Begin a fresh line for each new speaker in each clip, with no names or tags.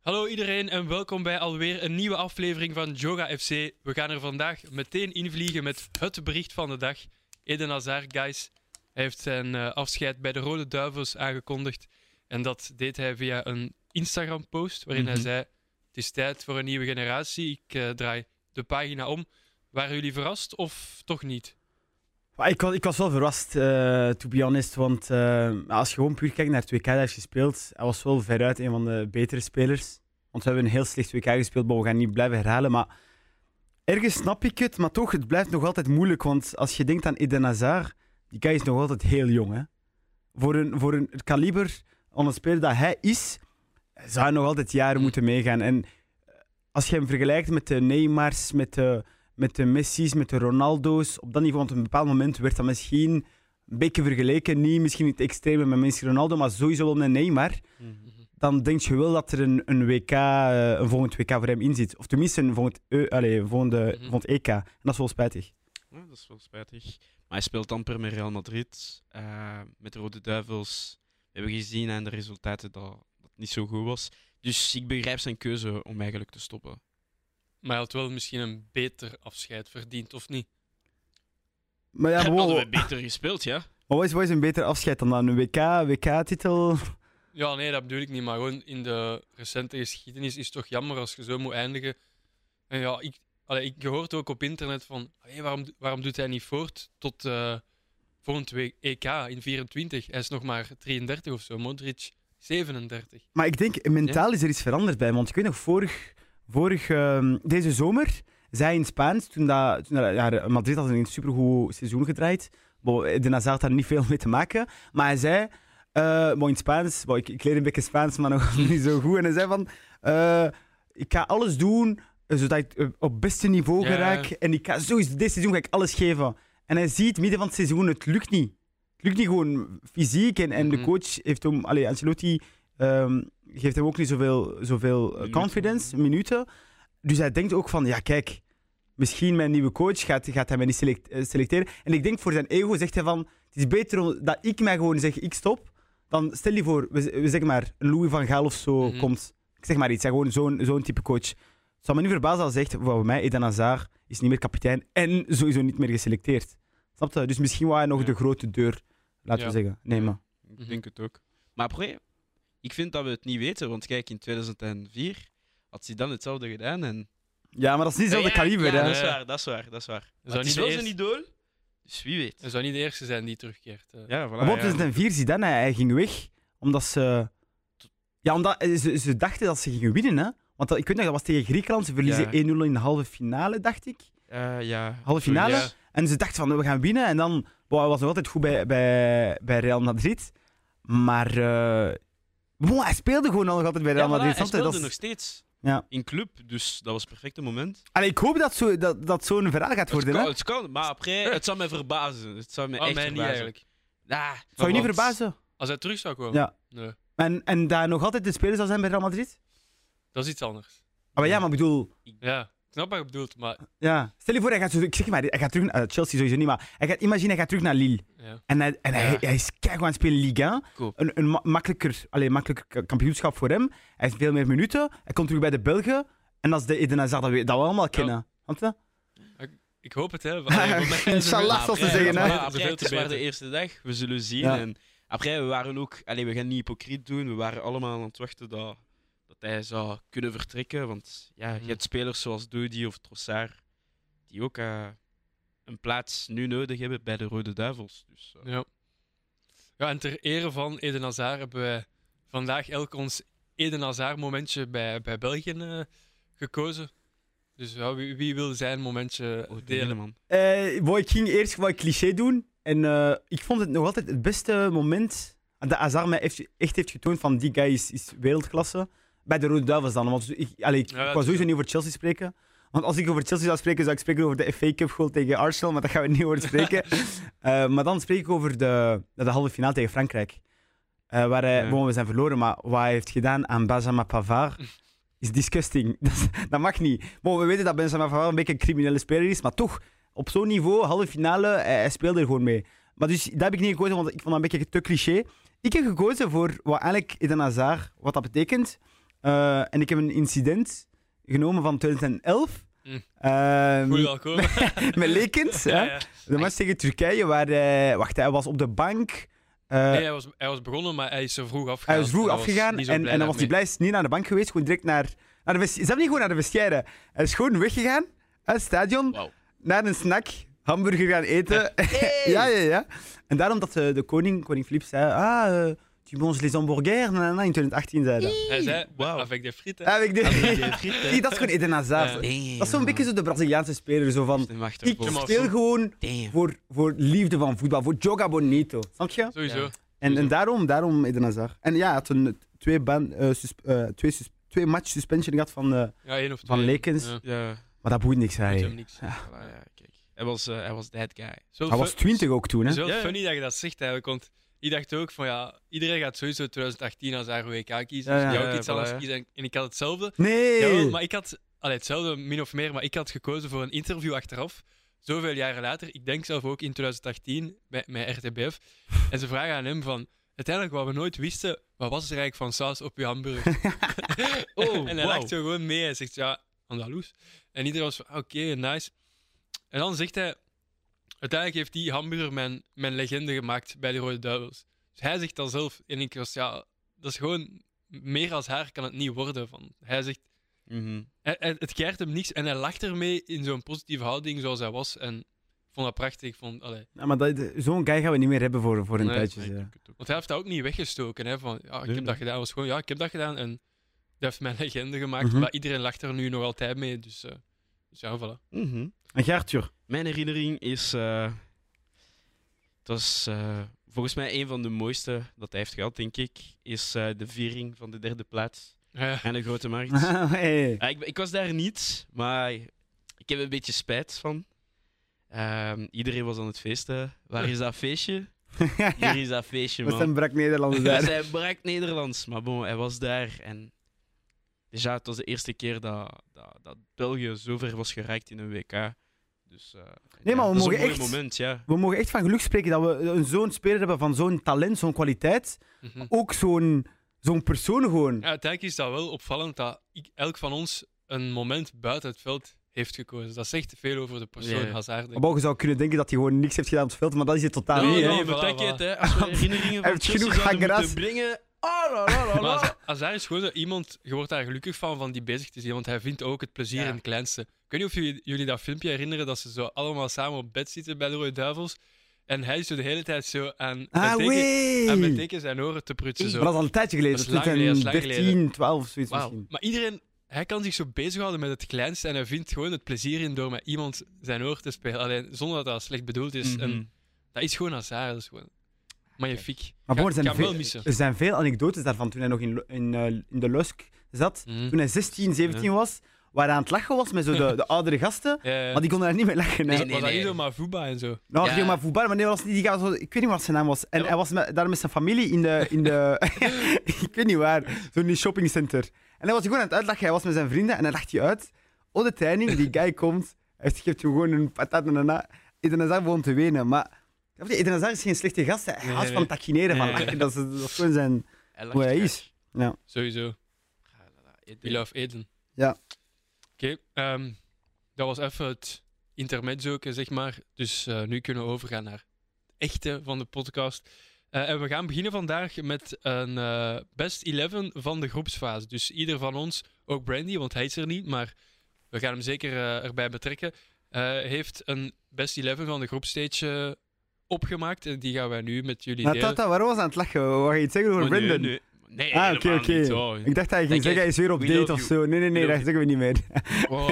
Hallo iedereen en welkom bij alweer een nieuwe aflevering van Joga FC. We gaan er vandaag meteen invliegen met het bericht van de dag. Eden Hazard, guys, hij heeft zijn eh, afscheid bij de Rode Duivels aangekondigd. En dat deed hij via een Instagram-post waarin
Mhm.
hij zei... Het is tijd voor een nieuwe generatie, ik eh, draai de pagina om. Waren jullie verrast of toch niet?
Maar ik, was, ik was wel verrast, eh, to be honest. Want eh, als je gewoon puur kijkt naar het WK dat hij heeft gespeeld, hij was wel veruit een van de betere spelers. Want we hebben een heel slecht WK gespeeld, maar we gaan niet blijven herhalen. Maar ergens snap ik het, maar toch, het blijft nog altijd moeilijk. Want als je denkt aan Eden Hazard, die guy is nog altijd heel jong. Hè? Voor, een, voor een, het kaliber van een speler dat hij is, zou hij nog altijd jaren moeten meegaan. En als je hem vergelijkt met de Neymars, met eh, de met de Messi's, met de Ronaldo's. Op dat niveau, want op een bepaald moment werd dat misschien een beetje vergeleken. Niet misschien niet extreem met Messi Ronaldo, maar sowieso wel met Neymar.
Mhm.
Dan denk je wel dat er een, een WK, eh, een volgend WK voor hem in zit. Of tenminste een volgend, e, allez, een volgende,
Mhm.
volgend EK. En dat is wel spijtig.
Ja, dat is wel spijtig. Maar hij speelt amper met Real Madrid. eh, met de Rode Duivels. We hebben gezien aan de resultaten dat dat niet zo goed was. Dus ik begrijp zijn keuze om eigenlijk te stoppen.
Maar hij had wel misschien een beter afscheid verdiend, of niet?
Maar ja, wow.
Hadden we beter gespeeld, ja?
maar wat, is, wat is een beter afscheid dan dan een WK, WK-titel?
Ja, nee, dat bedoel ik niet. Maar gewoon in de recente geschiedenis is het toch jammer als je zo moet eindigen. En ja, ik, allee, ik je hoort ook op internet van "Hey, waarom, waarom doet hij niet voort tot eh volgend we- EK in 24? Hij is nog maar 33 of zo, Modric 37.
Maar ik denk, mentaal is er iets veranderd bij hem. Want ik weet nog, vorig, vorig, ehm, deze zomer zei hij in Spaans, toen, dat, toen dat- ja, Madrid had een supergoed seizoen gedraaid. Bo, de Nazar had daar niet veel mee te maken. Maar hij zei, eh, bo, in Spaans, bo, ik, ik leer een beetje Spaans, maar nog niet zo goed. En hij zei van, eh, ik ga alles doen eh, zodat ik eh, op beste niveau
Ja.
geraak. En ik ga sowieso, dit seizoen ga ik alles geven. En hij ziet, midden van het seizoen, het lukt niet. Het lukt niet gewoon fysiek. En, en de
Mhm.
coach heeft hem, allee, Ancelotti ehm, geeft hem ook niet zoveel, zoveel eh,
Minuten.
confidence, minuten. Dus hij denkt ook van, ja kijk, misschien mijn nieuwe coach gaat, gaat hij mij niet select- eh, selecteren. En ik denk voor zijn ego zegt hij van, het is beter om- dat ik mij gewoon zeg, ik stop. Dan stel je voor, we, z- we zeggen maar, een Louis van Gaal of zo
Mhm.
komt. Ik zeg maar iets, hij gewoon zo'n zo'n type coach. Het zou me niet verbazen als hij zegt, voor mij, Eden Hazard is niet meer kapitein en sowieso niet meer geselecteerd. Snap je? Dus misschien wou hij nog
Ja.
de grote deur, laten
Ja.
we zeggen, nemen.
Mhm.
Ik denk het ook. Maar après, ik vind dat we het niet weten. Want kijk, in 2004 had hij dan hetzelfde gedaan. En...
Ja, maar dat is niet hetzelfde
Ja,
kaliber,
ja,
hè.
dat is
Ja.
waar, dat is waar. Dat is waar. Maar
zou
het is
niet
wel
de
zijn idool, dus wie weet.
Hij zou niet de eerste zijn die terugkeert. eh.
Ja, voilà,
Maar op
ja.
2004 Zidane, hij, hij ging weg omdat ze... Ja, omdat eh, ze, ze dachten dat ze gingen winnen, hè. Want dat- ik weet nog, dat was tegen Griekenland. Ze verliezen
Ja.
1-0 in de halve finale, dacht ik.
Eh, ja.
Halve finale?
Ja.
En ze dachten van, we gaan winnen. En dan wow, hij was nog altijd goed bij, bij, bij Real Madrid. Maar eh, wow, hij speelde gewoon nog altijd bij Real
Ja, voilà,
Madrid. Snap
hij
je?
speelde
Dat is-
nog steeds
Ja.
in club, dus dat was het perfecte moment.
Allee, ik hoop dat zo'n dat, dat zo'n verhaal gaat worden.
Het
Hè?
kan, het kan, maar après, het zou mij verbazen. Het zou mij
Oh,
echt
mij niet
verbazen.
eigenlijk.
Ah,
Zou je niet
want-
verbazen?
Als hij terug zou komen?
Ja.
Nee,
En, en daar nog altijd de speler zou zijn bij Real Madrid? Ah,
dat is iets anders.
Maar ja, maar ik bedoel...
Ja, ik snap wat je bedoelt, maar...
Ja. Stel je voor, hij gaat, zo, ik zeg maar, hij gaat terug naar eh, Chelsea sowieso niet, maar hij gaat, imagine hij gaat terug naar Lille.
Ja.
En hij, en hij,
Ja.
hij is keihard aan het spelen in Ligue 1.
Koop.
Een, een ma- makkelijker, allee, makkelijker ka- kampioenschap voor hem. Hij heeft veel meer minuten. Hij komt terug bij de Belgen. En dat is de Eden Hazard dat we, dat we allemaal kennen. eh, Snap je?
Ik hoop het, hè. Allee, voor mij is er-
Inshallah,
Maar
zoals ze
après,
zeggen, hè.
Veel
maar
te
après, Het is maar de
beter.
eerste dag, we zullen zien.
Ja.
En après, we waren ook, allez, we gaan niet hypocriet doen, we waren allemaal aan het wachten dat, dat hij zou kunnen vertrekken. Want ja,
Mhm.
je hebt spelers zoals Dodi of Trossard, die ook eh, een plaats nu nodig hebben bij de Rode Duivels. Dus, eh,
Ja. ja, en ter ere van Eden Hazard hebben wij vandaag elk ons Eden Hazard momentje bij, bij België eh, gekozen. Dus ja, wie, wie wil zijn momentje
oh, ik ben
delen?
helemaal-
Eh, wou ik ging eerst wat cliché doen. En eh, ik vond het nog altijd het beste moment dat Hazard mij heeft- echt heeft getoond van die guy is, is wereldklasse. Bij de Rode Duivels dan. Want ik, allee, ik,
Ja, dat
ik
is
wou sowieso
zo.
niet over Chelsea spreken. Want als ik over Chelsea zou spreken, zou ik spreken over de FA Cup goal tegen Arsenal. Maar daar gaan we niet over spreken. Eh, maar dan spreek ik over de, de halve finale tegen Frankrijk. Eh, waar hij,
Ja.
bon, we zijn verloren, maar wat hij heeft gedaan aan Benjamin Pavard is disgusting. Dat, is- dat mag niet. Bon, we weten dat Benjamin Pavard een beetje een criminele speler is, maar toch, op zo'n niveau, halve finale, eh, hij, hij speelde er gewoon mee. Maar dus, daar heb ik niet gekozen, want ik vond dat een beetje te cliché. Ik heb gekozen voor wat eigenlijk Eden Hazard, wat dat betekent. Eh, Eh, en ik heb een incident genomen van 2011.
Hm.
Ehm,
Goed wel komen.
met Lekens.
Ja,
hè.
ja.
Dat was tegen Turkije, waar hij... Wacht, hij was op de bank. Eh,
Nee, hij, was, hij was begonnen, maar hij is er vroeg afgegaan.
hij was vroeg
Hij
afgegaan
niet zo
en,
blij
en dan was hij
daarmee.
blij is niet naar de bank geweest, gewoon direct naar, naar de vesti- Ze hebben niet gewoon naar de vestiaire. Hij is gewoon weggegaan uit het stadion
Wauw.
naar een snack, hamburger gaan eten. ja, ja, ja. En daarom dat eh, de koning, koning Filip, zei: Ah, eh tu manges les hamburgers? Na, na, na, in 2018 zei hij dat.
Hij zei,
Wauw.
avec des frites. hè.
Ah, ik denk- Zie, dat is gewoon Eden Hazard.
Ja.
Dat is zo'n beetje zo de Braziliaanse speler. Zo van, ik
Jamal
speel
Soe.
gewoon
Damn.
voor, voor liefde van voetbal, voor Joga Bonito. Snap je?
Sowieso.
Ja.
En, en daarom, daarom Eden Hazard. En ja, hij had een, twee, ban, eh, sus- eh, twee, sus- twee match suspension gehad van... eh,
Ja, één of twee.
Van Lekens.
Ja,
Ja,
maar dat boeit niks,
doet
hij.
hem niks.
voilà, ja, kijk. Hij was, eh, hij was that guy.
Zo
Hij was
fu-
20 ook toen, hè?
Het is wel
Ja, ja.
funny dat je dat zegt eigenlijk, want ik dacht ook van ja, iedereen gaat sowieso 2018 als haar WK kiezen.
Ja,
dus
ja.
jij ook
Ja,
iets
voilà,
anders
ja.
kiezen. En- En ik had hetzelfde. Jawel,
Nee!
maar ik had, allee, hetzelfde min of meer, maar ik had gekozen voor een interview achteraf. Zoveel jaren later, ik denk zelf ook in 2018 bij, met RTBF. En ze vragen aan hem van, uiteindelijk wat we nooit wisten, wat was er eigenlijk van saus op je hamburger?
Oh,
en hij
wauw.
lacht zo gewoon mee. Hij zegt, ja, Andalus. En iedereen was van, ah, oké, nice. En dan zegt hij, uiteindelijk heeft die hamburger mijn, mijn legende gemaakt bij de Rode Duivels. Dus hij zegt dan zelf, en ik was, ja, dat is gewoon, meer als haar kan het niet worden. Van. Hij zegt,
Mhm.
hij- hij- het keert hem niks en hij lacht ermee in zo'n positieve houding zoals hij was. En ik vond dat prachtig. Ik vond, allee,
Ja, maar dat- zo'n guy gaan we niet meer hebben voor, voor een
Nee,
tijdje. eh.
Nee,
zo.
ik denk het ook.
want hij heeft dat ook niet weggestoken. Hè, van, ja, ik
Nee,
heb
nee.
dat gedaan. Hij was gewoon, ja, ik heb dat gedaan. En dat heeft mijn legende gemaakt.
Mhm.
Maar iedereen lacht er nu nog altijd mee. Dus, eh, dus ja, voilà.
Mhm.
En Gertjur,
Mijn herinnering is. eh, het was eh, volgens mij een van de mooiste dat hij heeft gehad, denk ik. Is eh, de viering van de derde plaats
Ja,
aan de Grote Markt.
hey.
Ja, ik, ik was daar niet, maar ik heb een beetje spijt van. Ehm, iedereen was aan het feesten. Waar is dat feestje? Hier is dat feestje,
We
man.
zijn brak Nederlanders
Dat
daar.
zijn brak Nederlands, maar bon, hij was daar. En dus ja, het was de eerste keer dat, dat, dat België zo ver was geraakt in een WK. Dus, eh,
maar we
ja, dat is
mogen
een mooi
echt-
moment, ja.
We mogen echt van geluk spreken dat we een- zo'n speler hebben van zo'n talent, zo'n kwaliteit.
mhm.
Ook zo'n zo'n persoon gewoon.
Ja, uiteindelijk is dat wel opvallend dat ik- elk van ons een moment buiten het veld heeft gekozen. Dat zegt veel over de persoon
Ja.
Hazard. denk ik.
Maar je zou kunnen denken dat hij gewoon niks heeft gedaan op het veld, maar dat is het totaal
Nee,
niet.
nee,
hè.
nee,
maar
voilà,
denk je
voilà.
het, hè, als we herinneringen
Hij
van
heeft
Chelsea
genoeg
zouden moeten
hangras.
brengen... Ah, la, la, la, la.
Maar Haz- Hazard is gewoon zo iemand, je wordt daar gelukkig van, van die bezig te zien, want hij vindt ook het plezier
Ja.
in het kleinste. Ik weet niet of jullie, jullie dat filmpje herinneren, dat ze zo allemaal samen op bed zitten bij de Rode Duivels, en hij is zo de hele tijd zo aan
Ah,
met teken- aan met
wee!
teken zijn oren te prutsen.
Maar
Zo.
dat is al een tijdje geleden,
Dat is lang geleden, dat is lang
2013, 12, zoiets
Wauw.
misschien.
Maar iedereen, hij kan zich zo bezighouden met het kleinste, en hij vindt gewoon het plezier in door met iemand zijn oor te spelen, alleen zonder dat dat slecht bedoeld is.
Mhm.
En dat is gewoon Hazard, dat is gewoon magnifiek.
Maar bon,
Ga-
er zijn
ga hem wel
veel-
missen.
Er zijn veel anekdotes daarvan toen hij nog in, Lu- in, eh, in de Lusk zat.
Mhm.
Toen hij 16, 17 was, waar hij aan het lachen was met zo de, de oudere gasten.
Ja, ja. Dus
Maar die konden daar niet mee lachen. hè.
Was-
nee,
was dat
nee.
niet zo maar Fuba en zo?
Nou,
Ja.
ging maar voetbal, maar nee, was niet, die gast, was- ik weet niet wat zijn naam was. En
Ja.
hij was met, daar met zijn familie in de, in de ik weet niet waar, zo'n shoppingcenter. En hij was gewoon aan het uitlachen, hij was met zijn vrienden en dan lacht hij uit. Oh, de training, die guy komt, hij geeft hem gewoon een patat en daarna, Eden Hazard gewoon te wenen. Maar snap je, Eden Hazard is geen slechte gast, hij
Nee,
houdt
nee.
van taquineren, van
Nee.
lachen, dat is, dat is gewoon zijn...
Hij lacht
Hoe hij
graag.
is.
Sowieso.
Ah, la, la.
We love Eden.
Ja.
Oké, ehm, dat was even het intermezzo, zeg maar. Dus eh, nu kunnen we overgaan naar het echte van de podcast. Eh, en we gaan beginnen vandaag met een eh, best 11 van de groepsfase. Dus ieder van ons, ook Brandy, want hij is er niet, maar we gaan hem zeker eh, erbij betrekken, eh, heeft een best 11 van de groepstage eh, opgemaakt. En die gaan wij nu met jullie
Maar
delen.
Nou, Tata, waarom was hij aan het lachen? Wou je iets zeggen over
Oh, nee,
Brendan?
nee. Nee,
Ah, oké,
helemaal
oké.
niet. Oh,
Ik dacht dat hij
Denk
ging zeggen, hij is weer op
we
date
love
of
you.
zo. Nee, nee, nee,
love
dat zeggen we niet meer.
Wow.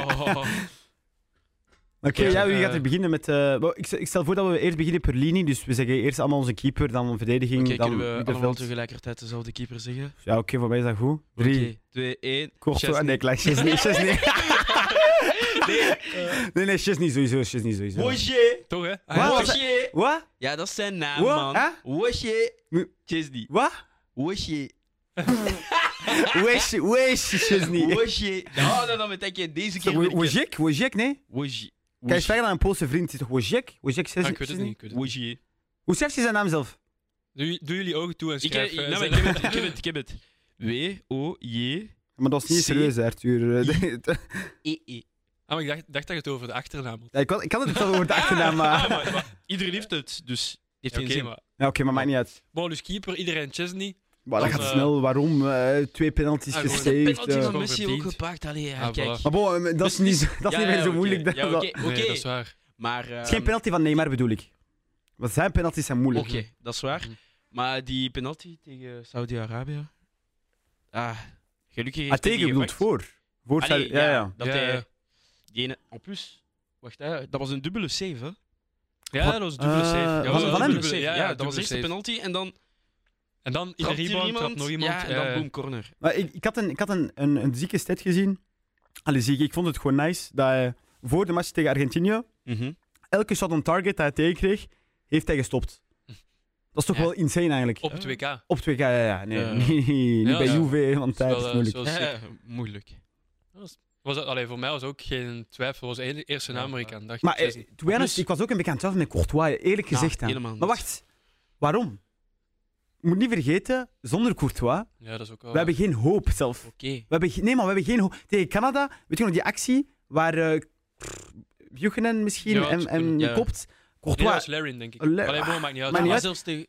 Oké,
Ja,
ja, wie
eh,
gaat er beginnen met... eh, wel, ik, stel, ik stel voor dat we eerst beginnen per linie. Dus we zeggen eerst allemaal onze keeper, dan een verdediging, dan
Oké, kunnen we allemaal
middenveld.
tegelijkertijd dezelfde keeper zeggen?
Ja, oké, voor mij is dat goed. Drie,
Oké, twee, één.
Korto en
Chesney.
nee, klaar. Chesney, Chesney.
Nee,
Nee, nee, Chesney sowieso, Chesney sowieso.
Wojje.
Toch, hè? Ah,
Wow.
ja.
was dat-
Wojje.
Wat?
Ja, dat is zijn naam,
Wat?
man.
Hè?
Wojje.
Hm.
Chesney.
Wat?
Wojje.
Wesh, wesh, Chesney.
Wojje. Oh, dan, dan betekent je deze
Is dat
keer
Wo-
weer.
Wojciech? Wojciech, nee?
Wojje.
Kijk eens verder naar een Poolse vriend. Het is toch Wojciech? Wojciech,
Ah,
Chesney?
ik weet het niet. Ik weet het niet.
Wojje.
Hoe zegt hij zijn naam zelf?
Doe, doe jullie ogen toe en
Ik
schrijf.
heb
eh,
nou, maar
zelf.
ik heb het, ik heb het, ik heb het. W-O-J.
Maar dat is niet
Zie-
serieus, hè, Arthur.
Ah, maar ik dacht, dacht dat je het over de achternaam had.
Ja, ik, kan, ik had het wel over de achternaam, maar... Ja,
Iedereen heeft het, dus heeft
Ja,
geen
Oké,
zin.
maar.
Oké, maar maakt niet uit.
Bon, dus keeper, iedereen Chesney.
Maar dat
Dan,
gaat
eh,
snel. Waarom? Eh, twee penalties
Ah, gewoon een
gesaved.
penalty
eh.
van- verdiend.
gepakt. Allee, ja,
Ah, voilà.
Maar bon, eh, dat is niet, zo- dat is
Ja,
niet
ja,
meer zo
oké.
moeilijk. dan
Ja,
dat.
oké,
Nee,
oké.
dat is waar.
Maar...
Het is geen
ehm,
penalty van Neymar, bedoel ik. Want zijn penalties zijn moeilijk.
Oké, dat is waar.
Mhm.
Maar die penalty tegen Saudi-Arabië. euh, hein? Ah, gelukkig.
Ah,
heeft hij
tegen
die
bedoelt
gepakt.
voor. Voor
Allee,
Saudi- ja, ja.
Dat
Ja, ja.
hij. Die ene, en plus, wacht, hè, dat was een dubbele save. Hè?
Ja, dat was dubbele
Eh,
save. Ja,
van-
dat was een
van hem?
dubbele
save.
save.
Ja, dat was
dubbele
eerst de
save.
penalty en dan
En dan in de
trapt hier
rebound trapt nog iemand. eh,
Ja, en dan boom, corner.
Maar ik, ik had, een, ik had een, een, een zieke stat gezien. Allee, zie ik, ik vond het gewoon nice dat hij voor de match tegen Argentinië, elke shot on target dat hij tegenkreeg, heeft hij gestopt. Dat is toch
Ja.
wel insane eigenlijk.
Op het WK. Dat
Op 2K, ja, ja. Nee,
Ja.
niet, niet
Ja,
bij
ja.
Juve, want
is wel,
daar is het
eh,
moeilijk.
zo sick.
Ja, moeilijk.
Was dat, allee, voor mij was ook geen twijfel. Was de eerste
Ja,
naam Amerikaan. Dacht
Maar
ik,
eh,
Chesney.
to be honest,
Plus-
ik was ook een beetje aan het twijfelen met Courtois, eerlijk
Nou,
gezegd. hè.
dus- helemaal niet.
maar wacht, waarom? Je moet niet vergeten, zonder Courtois,
ja, dat is ook wel.
Oh.
we hebben geen hoop zelf.
Oké.
We hebben, ge- nee, maar we hebben geen hoop. Tegen Canada, weet je nog die actie waar eh pff, Buchanan misschien
Ja,
en,
dat
en
kunnen, ja.
Nee,
kopt?
dat
Courtois,
was Larin, denk ik.
Eh, Le-
Allee, bon, maakt niet uit.
maakt
Maar
niet uit.
Ah, zelfs tegen,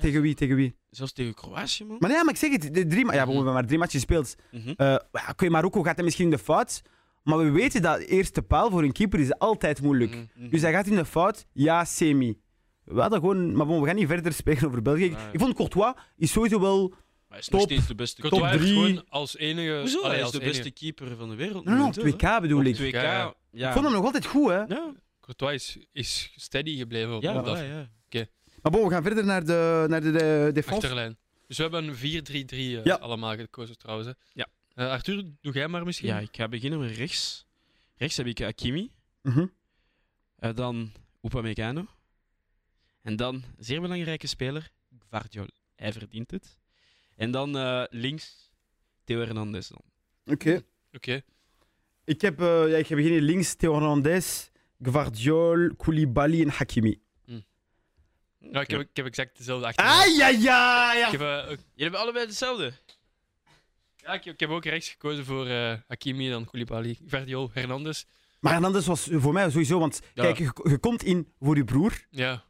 tegen wie, tegen wie?
zelfs tegen Kroatië, man.
Maar nee, maar ik zeg het, de drie, ma- ja, we
Mhm.
hebben maar drie matches gespeeld.
Mhm.
Eh, ja, oké, Marokko gaat hij misschien in de fout, maar we weten dat eerste paal voor een keeper is altijd moeilijk.
Mm.
Dus hij gaat in de fout, ja, semi. We hadden gewoon, maar bon, we gaan niet verder spreken over België. Ik-
Nee.
Ik vond Courtois is sowieso wel.
Maar hij is
Top.
nog steeds de beste
Courtois
Top
heeft
drie.
gewoon als enige.
Hoezo?
allee,
Hij is
als
de
enige.
beste keeper van de wereld.
Nee, nee, op
momenteel, hè.
2K bedoel
Op
ik.
2K,
Ja.
ja.
Ik vond hem nog altijd goed, hè?
Ja,
Courtois is, is steady gebleven op,
ja,
op dat
ja, ja.
Maar bon, we gaan verder naar de, naar de, de defensie.
achterlijn. Dus we hebben een 4-3-3 eh,
Ja.
allemaal gekozen trouwens. Hè.
Ja.
Eh, Arthur, doe jij maar misschien.
Ja, ik ga beginnen met rechts. Rechts heb ik Akimi,
Mhm.
Eh, dan Upamecano. En dan, zeer belangrijke speler, Gvardiol. Hij verdient het. En dan eh, links, Theo Hernandez dan.
Oké.
Oké.
Ik heb, eh, ja, ik heb beginnen links Theo Hernandez, Gvardiol, Koulibaly en Hakimi.
Nou, ik, heb, ik heb exact dezelfde achternaam.
Ah, ja, ja, ja.
Ik heb, eh, ook-
Jullie hebben allebei hetzelfde.
ja, ik, ik heb ook rechts gekozen voor eh Hakimi, dan Koulibaly, Verdiol, Hernandez.
Maar Hernandez was voor mij sowieso, want
Ja.
kijk, je, je komt in voor je broer.
Ja,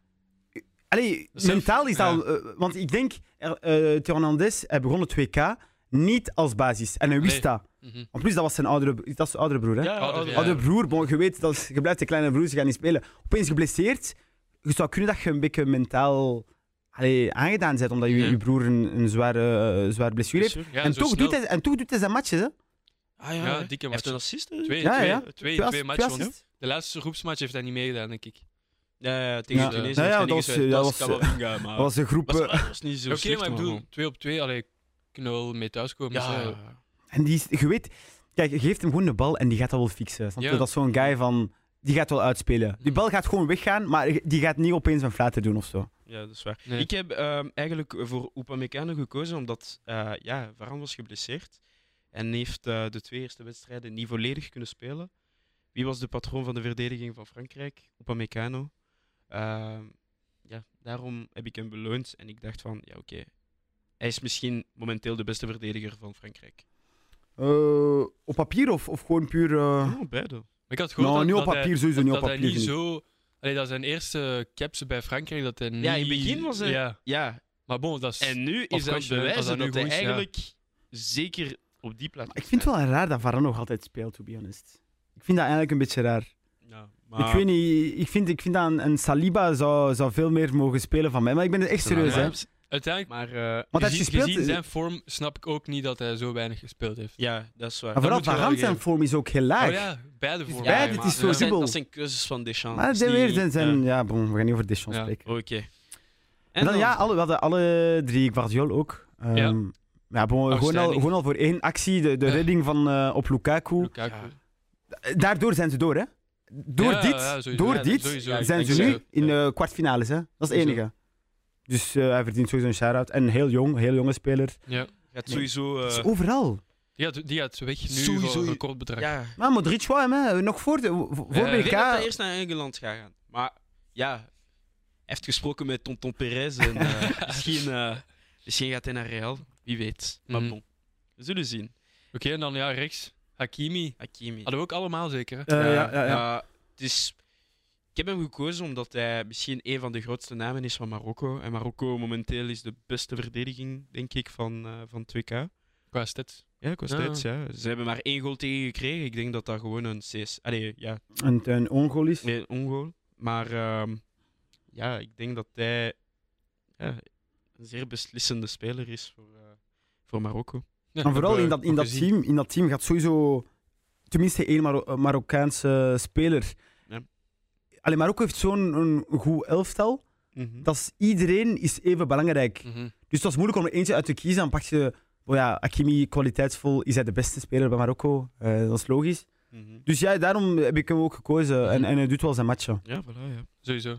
Allee,
Besef,
mentaal is dat
ja.
al... eh, want ik denk, er- eh Theo Hernandez, hij begon het WK niet als basis. En hij wist
Nee.
dat.
mhm.
En plus, dat was zijn oudere, bro- dat is zijn oudere broer, hè?
oh,
ouder, ja.
Oudere broer, bon, je weet, dat is, je blijft de kleine broers, je gaat niet spelen. Opeens geblesseerd, je zou kunnen dat je een beetje mentaal allee, aangedaan bent, omdat je,
Ja.
je broer een, een zware, eh, zware blessure heeft.
Ja,
en,
zo
toch
snel.
doet hij, en toch doet hij zijn matches, hè?
Ah,
Ja, dikke
ja, hè. Hij
match.
heeft een assist. hè?
Twee,
Ja,
twee,
ja.
twee, twee,
ass-
matchen. want
assists.
de laatste groepsmatch heeft hij niet meegedaan, denk ik.
Ja, ja, tegen
Ja.
Tunesië.
Ja, ja,
heeft hij
dat
niet
was,
gezet.
eh, dat
is
was, eh,
Camavinga,
Dat
maar...
was een groep...
was-
eh,
was niet zo
Oké,
slecht,
maar ik bedoel,
man.
twee op twee, allee, kunnen we wel mee thuiskomen.
Ja,
zo.
ja.
en die, is- je weet... Kijk, je geeft hem gewoon de bal en die gaat dat wel fixen. snap je?
Ja. Mm.
Dat is zo'n guy van... Die gaat wel uitspelen. Die bal gaat gewoon weggaan, maar die gaat niet opeens een flater doen of zo.
Ja, dat is waar.
Nee.
Ik heb ehm, eigenlijk voor Upamecano gekozen omdat eh ja, Varane was geblesseerd en heeft eh, de twee eerste wedstrijden niet volledig kunnen spelen. Wie was de patroon van de verdediging van Frankrijk? Upamecano. Ehm, ja, daarom heb ik hem beloond en ik dacht van, ja oké, hij is misschien momenteel de beste verdediger van Frankrijk.
Eh, op papier of, of gewoon puur. eh,
Ah.
Oh, beide.
Maar ik had gehoord dat,
Nou, niet op
dat hij-
papier, sowieso niet op
dat hij
papier.
niet
vind ik.
zo... Allee, dat zijn eerste caps bij Frankrijk, dat hij niet...
Ja, in het begin was hij-
Ja,
Ja,
maar bon, dat is...
en nu
Of
is dat
confident, als dat
bewijzen dat,
nu
hij
goed is, ja.
eigenlijk zeker op die plaats
Maar ik vind het wel raar dat Varane nog altijd speelt, to be honest. Ik vind dat eigenlijk een beetje raar.
Ja, maar...
Ik weet niet, ik vind, ik vind dat een, een Saliba zou, zou veel meer mogen spelen van mij. Maar ik ben echt serieus,
Ja,
hè.
Uiteindelijk,
Maar eh,
Want hij heeft
gezien,
gespeeld...
gezien zijn vorm, snap ik ook niet dat hij zo weinig gespeeld heeft.
ja, dat is waar.
Maar vooral
moet je wel
Varane zijn
geven.
vorm is ook heel laag.
Oh ja, beide
is
vormen.
beide,
Ja,
het
maar-
is zo
ja.
dat zijn,
dubbel.
dat zijn keuzes van Deschamps.
Maar
Dat is
zijn weer
niet-
zijn... zijn
ja.
ja, bon, we gaan niet over Deschamps
Ja.
spreken.
Oké.
En dan, ja, alle, we hadden alle drie Guardiol ook. Ehm,
Ja.
ja, bon, gewoon, al,
Outstanding.
gewoon al voor één actie, de, de
Ja.
redding van, eh, op Lukaku. Eh,
Lukaku.
Daardoor zijn ze door, hè. Door
Ja,
dit,
ja, sowieso.
door
Ja,
dit
sowieso.
Ja, ik
zijn
denk
ze
zo.
nu in de kwartfinales. Hè? Dat is het
Sowieso.
enige. Dus eh, hij verdient sowieso een shout-out. En heel jong, heel jonge speler.
Ja.
gaat sowieso.
Het
eh,
is overal.
Die had, die had weg nu
Sowieso.
voor een recordbedrag.
ja.
Maar Modric wou hem, hè. nog voor, de, voor
Ja, ja.
Ik
BK.
denk dat hij eerst naar Engeland gaat gaan. Maar ja, hij heeft gesproken met Tonton Perez. En, eh, misschien, eh, misschien gaat hij naar Real. Wie weet. Maar
Mhm.
bon, we zullen zien.
en dan ja, rechts. Hakimi.
Hakimi.
Hadden we ook allemaal zeker. Hè?
Eh, ja, ja, ja.
ja, het is- ik heb hem gekozen omdat hij misschien een van de grootste namen is van Marokko. En Marokko momenteel is de beste verdediging, denk ik, van, eh van 2K.
Qua stats.
Ja, ik was
Ja.
steeds, ja. Ze hebben maar één goal tegen gekregen. Ik denk dat dat gewoon een CS... Allee, ja,
Een, een ongoal is.
nee, een ongoal. Maar ehm, ja, ik denk dat hij ja, een zeer beslissende speler is voor, eh, voor Marokko.
Ja,
En
hebben
vooral in
we
dat, in,
ook
dat
eh, gezien.
team, in dat team gaat sowieso tenminste één Maro- eh, Marokkaanse speler.
Ja.
Allee, Marokko heeft zo'n een goed elftal.
Mhm.
Dat is, iedereen is even belangrijk.
Mhm.
Dus dat is moeilijk om er eentje uit te kiezen. Dan pak je, oh ja, Hakimi, kwaliteitsvol, is hij de beste speler bij Marokko. Eh, dat is logisch.
Mhm.
Dus ja, daarom heb ik hem ook gekozen. En, en hij doet wel zijn matchen.
Ja, voilà, ja.
Sowieso.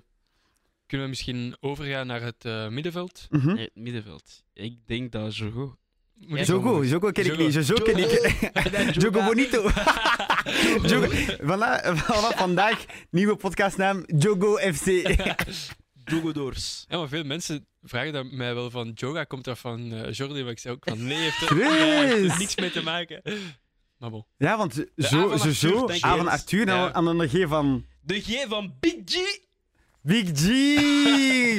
Kunnen we misschien overgaan naar het eh, middenveld?
Mhm.
Nee, het middenveld. Ik denk dat Jogo
Moet ik
Jogo,
komen?
Jogo ken ik
Jogo.
niet. Jogo ken ik. Jogo Bonito. Jogo. Voilà, voilà, vandaag nieuwe podcastnaam Jogo FC.
Jogodoors.
Ja, maar veel mensen vragen dat mij wel van Joga komt dat van eh, Jordi, maar ik zei ook van nee, heeft er
Chris!
ja, heeft er niks mee te maken. Maar bon.
Ja, want
A
zo,
van
zo,
Arthur,
zo,
denk
A
ik.
van Arthur en
Ja.
dan- en dan de G van
De G van Big G.
Big G,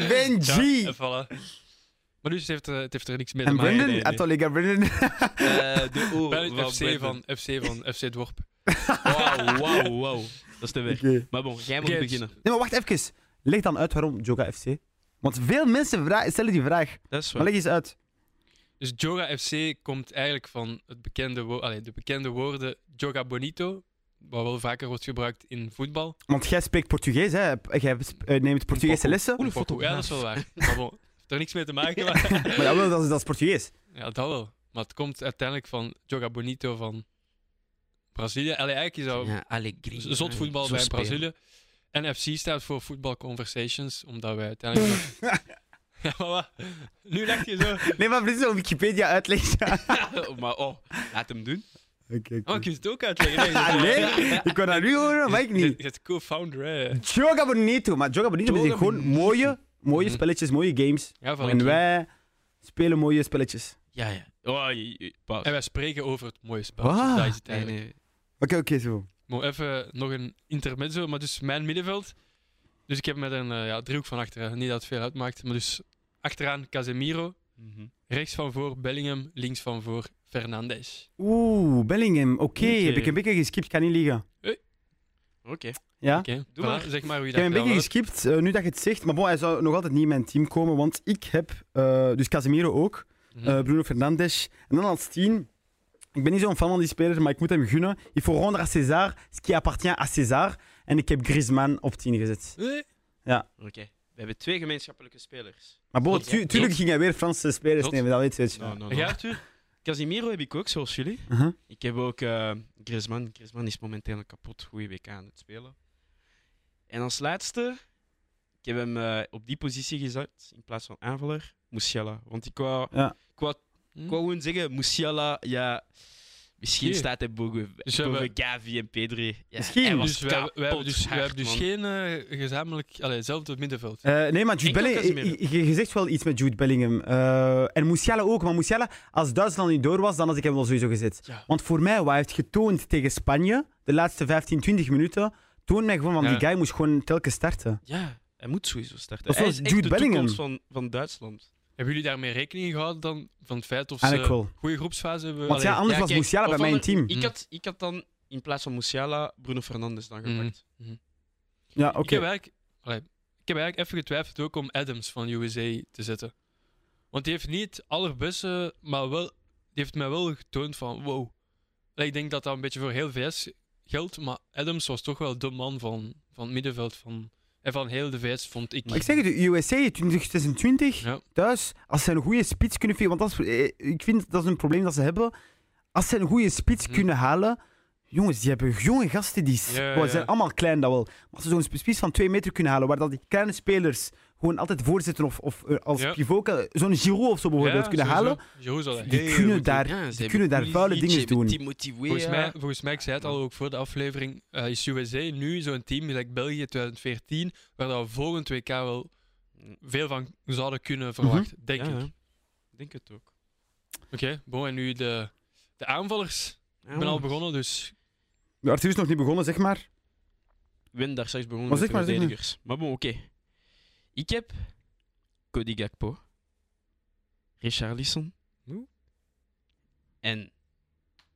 Ben G.
Ja, en voilà. Maar dus het heeft, er- het heeft er niks mee te
En
maken.
Brendan,
nee.
Atoliga Brendan.
Eh, de O
Bij het
van
FC van, FC van FC Dworp.
Wauw, wauw, wauw. Dat is te werk.
Oké.
Maar bon, jij moet
Oké,
beginnen.
Nee, maar wacht even. Leg dan uit waarom Joga FC. Want veel mensen vra- stellen die vraag.
Dat is
Maar leg eens uit.
Dus Joga FC komt eigenlijk van het bekende wo- allee, de bekende woorden Joga Bonito, wat wel vaker wordt gebruikt in voetbal.
Want jij spreekt Portugees, hè? Jij sp- eh, neemt Portugese lessen.
Oeh,
Poco-
fotograaf.
Ja, dat is wel waar. Maar bon, heeft er niks mee te maken. Maar...
Maar ja, wel, dat, is, dat is Portugees.
Ja, dat wel. Maar het komt uiteindelijk van Joga Bonito van Brazilië. Allee, eigenlijk is dat z-
eh,
zot voetbal bij Brazilië. En FC staat voor Football Conversations, omdat wij uiteindelijk... ja, maar wat? Nu dacht je zo...
Nee, maar dit is op Wikipedia uitleggen.
maar oh, laat hem doen.
Oh, ik je het ook uitleggen. Nee,
Ah,
je-
nee, ik kan dat nu horen, maar ik
Je
niet.
je bent co-founder, hè.
Joga Bonito, maar Joga Bonito
Joga
betekent gewoon
Bonito.
mooie, mooie
Mhm.
spelletjes, mooie games.
Ja, van
En wij spelen mooie spelletjes.
Ja, ja. Oh, je, je, pauze.
En wij spreken over het mooie spel.
Wow.
Dat is het
Nee,
eigenlijk.
nee.
Oké, oké, zo.
Maar even nog een intermezzo, maar dus mijn middenveld. Dus ik heb met een eh, ja, driehoek van achteren, niet dat het veel uitmaakt. Maar dus achteraan Casemiro,
Mhm.
rechts van voor Bellingham, links van voor Fernandes.
Oeh, Bellingham. Oké,
Oké.
heb ik een beetje geskipt, kan niet liggen.
Oké.
Ja?
Oké,
Doe
voilà,
maar.
zeg maar hoe je
Ik
dat
heb een
gedaan
beetje
hebt.
geskipt, eh, nu dat je het zegt. Maar bon, hij zou nog altijd niet in mijn team komen, want ik heb eh, dus Casemiro ook,
Mhm.
eh, Bruno Fernandes en dan als tien. Ik ben niet zo'n fan van die speler, maar ik moet hem gunnen. Il faut rendre à César ce qui appartient à César. En ik heb Griezmann op 10 gezet.
Eh,
Oké. We hebben twee gemeenschappelijke spelers.
Maar bon,
Zot,
tu-
ja.
tuurlijk
Zot.
ging hij weer Franse spelers
Zot.
nemen, dat weet je. weet je.
No, no,
En jij,
no.
Arthur?
Casimiro heb ik ook, zoals jullie.
Uh-huh.
Ik heb ook eh Griezmann. Griezmann is momenteel een kapot goede WK aan het spelen. En als laatste, ik heb hem eh, op die positie gezet in plaats van aanvaller, Musiala. Want ik wou,
Ja.
ik wou, ik wou gewoon zeggen, Musiala, ja, misschien
Oké.
staat hij boven,
Dus we hebben-
boven Gavi en Pedri. Ja,
Misschien.
hij was
Dus we hebben, we hebben dus, we
kapothard,
hebben dus
man.
geen eh, gezamenlijk, allee, hetzelfde middenveld.
Eh, nee, maar Jude
Enkel
Bellingham,
Casemiro.
je, je zegt wel iets met Jude Bellingham. Eh, en Musiala ook, maar Musiala, als Duitsland niet door was, dan had ik hem wel sowieso gezet.
Ja.
Want voor mij, wat hij heeft getoond tegen Spanje, de laatste 15, 20 minuten, toont mij gewoon van
Ja.
die guy moest gewoon telkens starten.
Ja, hij moet sowieso starten.
Dat is
hij
zoals
is echt
Jude
de
Bellingham.
toekomst van, van Duitsland.
Hebben jullie daarmee rekening gehouden dan van het feit of
Eigenlijk
ze
wel.
goede groepsfase hebben?
Want ja,
Allee,
anders
Ja,
was
kijk,
Musiala bij
of
mijn
ander-
team.
Ik had, ik had dan in plaats van Musiala Bruno Fernandes dan
Mhm.
gepakt.
Ja,
Ik
oké.
heb eigenlijk, allee, ik heb eigenlijk even getwijfeld ook om Adams van USA te zetten. Want die heeft niet het allerbeste, maar wel, die heeft mij wel getoond van wow. Allee, ik denk dat dat een beetje voor heel VS geldt, maar Adams was toch wel de man van, van het middenveld van, en van heel de VS, vond ik.
Maar ik zeg het, de USA 2026,
Ja.
thuis, als ze een goede spits kunnen vinden, want dat is, eh, ik vind dat is een probleem dat ze hebben. Als ze een goede spits
Mhm.
kunnen halen, jongens, die hebben jonge gasten die s-
Ja,
wel,
ja.
zijn allemaal klein dat wel. Maar als ze zo'n sp- spits van twee meter kunnen halen, waar dat die kleine spelers gewoon altijd voorzitten of, of eh, als
Ja.
pivot, kan- zo'n Giroud of zo bijvoorbeeld kunnen halen,
Jeroen zal dat
die
heel
kunnen
goed
daar,
Ja, ze
die
hebben
kunnen daar
Pulisic,
vuile
ze
dingen
hebben
doen.
Timothy Weah.
Volgens mij, volgens mij, ik zei het al ook voor de aflevering, eh, is USA nu zo'n team, gelijk België 2014, waar dat we volgend WK wel veel van zouden kunnen verwachten, denk
Ja,
ik.
hè. Ik denk het ook.
Oké, bon, en nu de, de aanvallers. Ik ben al begonnen, dus
Maar Arthur is nog niet begonnen, zeg maar.
Win daar straks begonnen
Maar
met
zeg
de
maar, zeg maar.
verdedigers. Maar bon, oké. Ik heb Cody Gakpo, Richarlison
Oeh.
en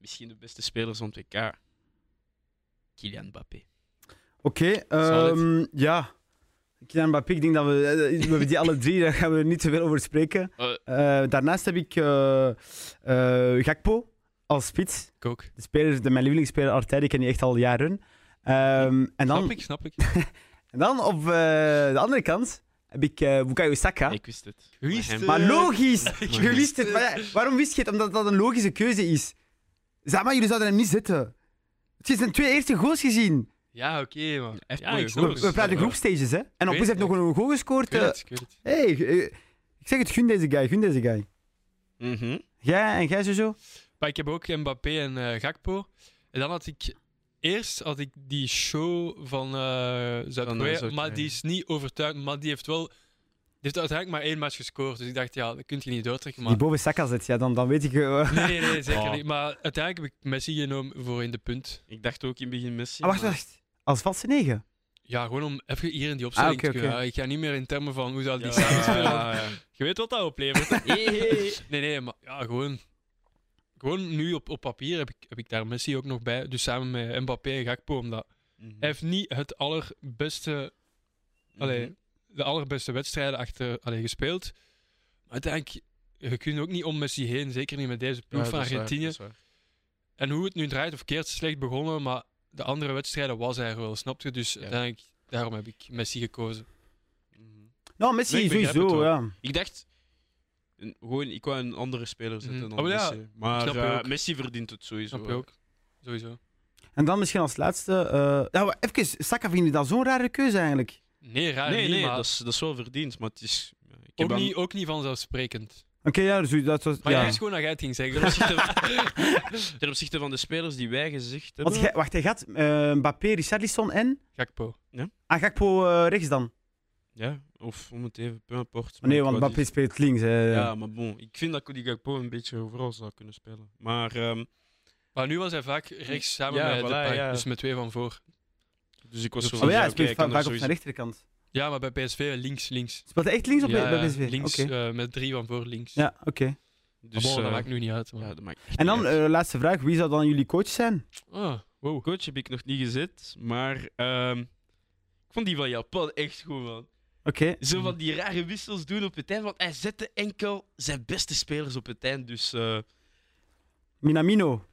misschien de beste spelers van het WK, Kylian Mbappé.
Oké,
Solid.
ehm, ja. Kylian Mbappé, ik denk dat we, eh, we hebben die alle drie, daar gaan we er niet te veel over spreken.
Eh.
Eh, daarnaast heb ik eh, eh, Gakpo als spits.
ik ook.
De speler, de, mijn lievelingsspeler altijd, die ken die echt al jaren. Ehm,
Snap
en, dan,
ik, snap ik.
en dan op eh, de andere kant heb ik eh Bukayo Saka.
Ik wist het.
Wie is
hem-
de-
Maar logisch!
Ik
Je wist het. Maar ja, waarom wist je het? Omdat dat een logische keuze is. Zeg maar, jullie zouden hem niet zitten. Het is zijn twee eerste goals gezien.
Ja, oké, man.
Hij heeft
Ja,
mooie
ik snap
We,
goals.
het.
we praten groepstages, hè? En op
weet
plus heeft
het.
nog een goal gescoord.
Ik weet
eh.
het, ik weet het.
hey, eh, ik zeg het, gun deze guy, gun deze guy.
Mhm.
Jij en jij sowieso?
Maar ik heb ook Mbappé en eh, Gakpo. En dan had ik... Eerst had ik die show van eh, Zuid-Korea,
Zuid-Korea.
maar die is niet overtuigend. Maar die heeft wel... Die heeft uiteindelijk maar één match gescoord. Dus ik dacht, ja, dat kun je niet doortrekken. Maar...
Die boven Saka zit, ja, dan, dan weet ik... eh,
Nee, nee, nee, zeker
Oh.
niet. Maar uiteindelijk heb ik Messi genomen voor in de punt.
Ik dacht ook in het begin Messi.
Ah, wacht,
maar-
wacht. Als valse negen?
Ja, gewoon om even hier in die opstelling
Ah, oké,
te kunnen.
oké.
Ja, Ik ga niet meer in termen van hoe dat die
Ja,
samen spelen.
ja, ja.
Je weet wat dat oplevert. hè?
Hey, hey.
Nee, nee, maar ja, gewoon... Gewoon nu op, op papier heb ik, heb ik daar Messi ook nog bij. Dus samen met Mbappé en Gakpo, omdat...
Mhm.
Hij heeft niet het allerbeste,
Mhm.
allee, de allerbeste wedstrijden achter allee, gespeeld. Maar uiteindelijk, je kunt ook niet om Messi heen, zeker niet met deze
Ja,
ploeg van
dat is waar,
Argentinië.
dat is waar.
En hoe het nu draait of keert, slecht begonnen, maar de andere wedstrijden was hij er wel, snap je? Dus uiteindelijk, daarom heb ik Messi gekozen.
Mhm.
Nou, Messi
Nee, ik begrijp het
sowieso,
wel.
ja.
Ik dacht, een- gewoon, ik wou een andere speler zetten
Mhm.
dan
Oh, ja.
Messi. Maar
Snap je
eh,
ook.
Messi verdient het sowieso.
Snap je ook? Sowieso.
En dan misschien als laatste... eh, ja, maar even, Saka vind je dat zo'n rare keuze eigenlijk?
Nee, raar
Nee,
niet,
nee,
maar
dat is, dat is wel verdiend, maar het is... ja, Ik
ook,
heb
niet, ook niet vanzelfsprekend.
Oké, ja, dus dat was...
Maar
ja.
ik wist gewoon dat jij het ging zeggen. Dat was echt-
aan- ten opzichte van de spelers die wij gezegd
Want
hebben...
jij- wacht, hij gaat eh Mbappé, Richarlison en...
Gakpo.
Ah, Gakpo eh, rechts dan?
Ja, of om het even, peu importe.
Maar nee,
maar
want
ik wou
Mbappé speelt links.
die-
eh.
Ja, maar bon, ik vind dat Cody Gakpo een beetje overal zou kunnen spelen. Maar, ehm,
Maar nu was hij vaak rechts samen
Ja,
met
voilà,
Depay,
ja.
dus met twee van voor.
dus ik was zo
Oh
Oh
van,
ja, hij
oké,
speelt
ik
va-
kan
vaak
daar
op zijn
sowieso-
rechterkant.
Ja, maar bij PSV links, links.
Speelt hij echt links op
Ja,
bij PSV?
Links,
Oké.
eh, met drie van voor links.
Ja, oké.
dus,
Dus, eh,
dat maakt nu niet uit.
ja,
Maar.
dat maakt echt
En
niet
dan,
uit.
eh, laatste vraag. Wie zou dan jullie coach zijn?
Ah, wow.
Coach heb ik nog niet gezet, maar... ehm, ik vond die van Japan echt goed, man.
Oké.
zo van die rare wissels doen op het eind. Want hij zette enkel zijn beste spelers op het eind. Dus eh,
Minamino.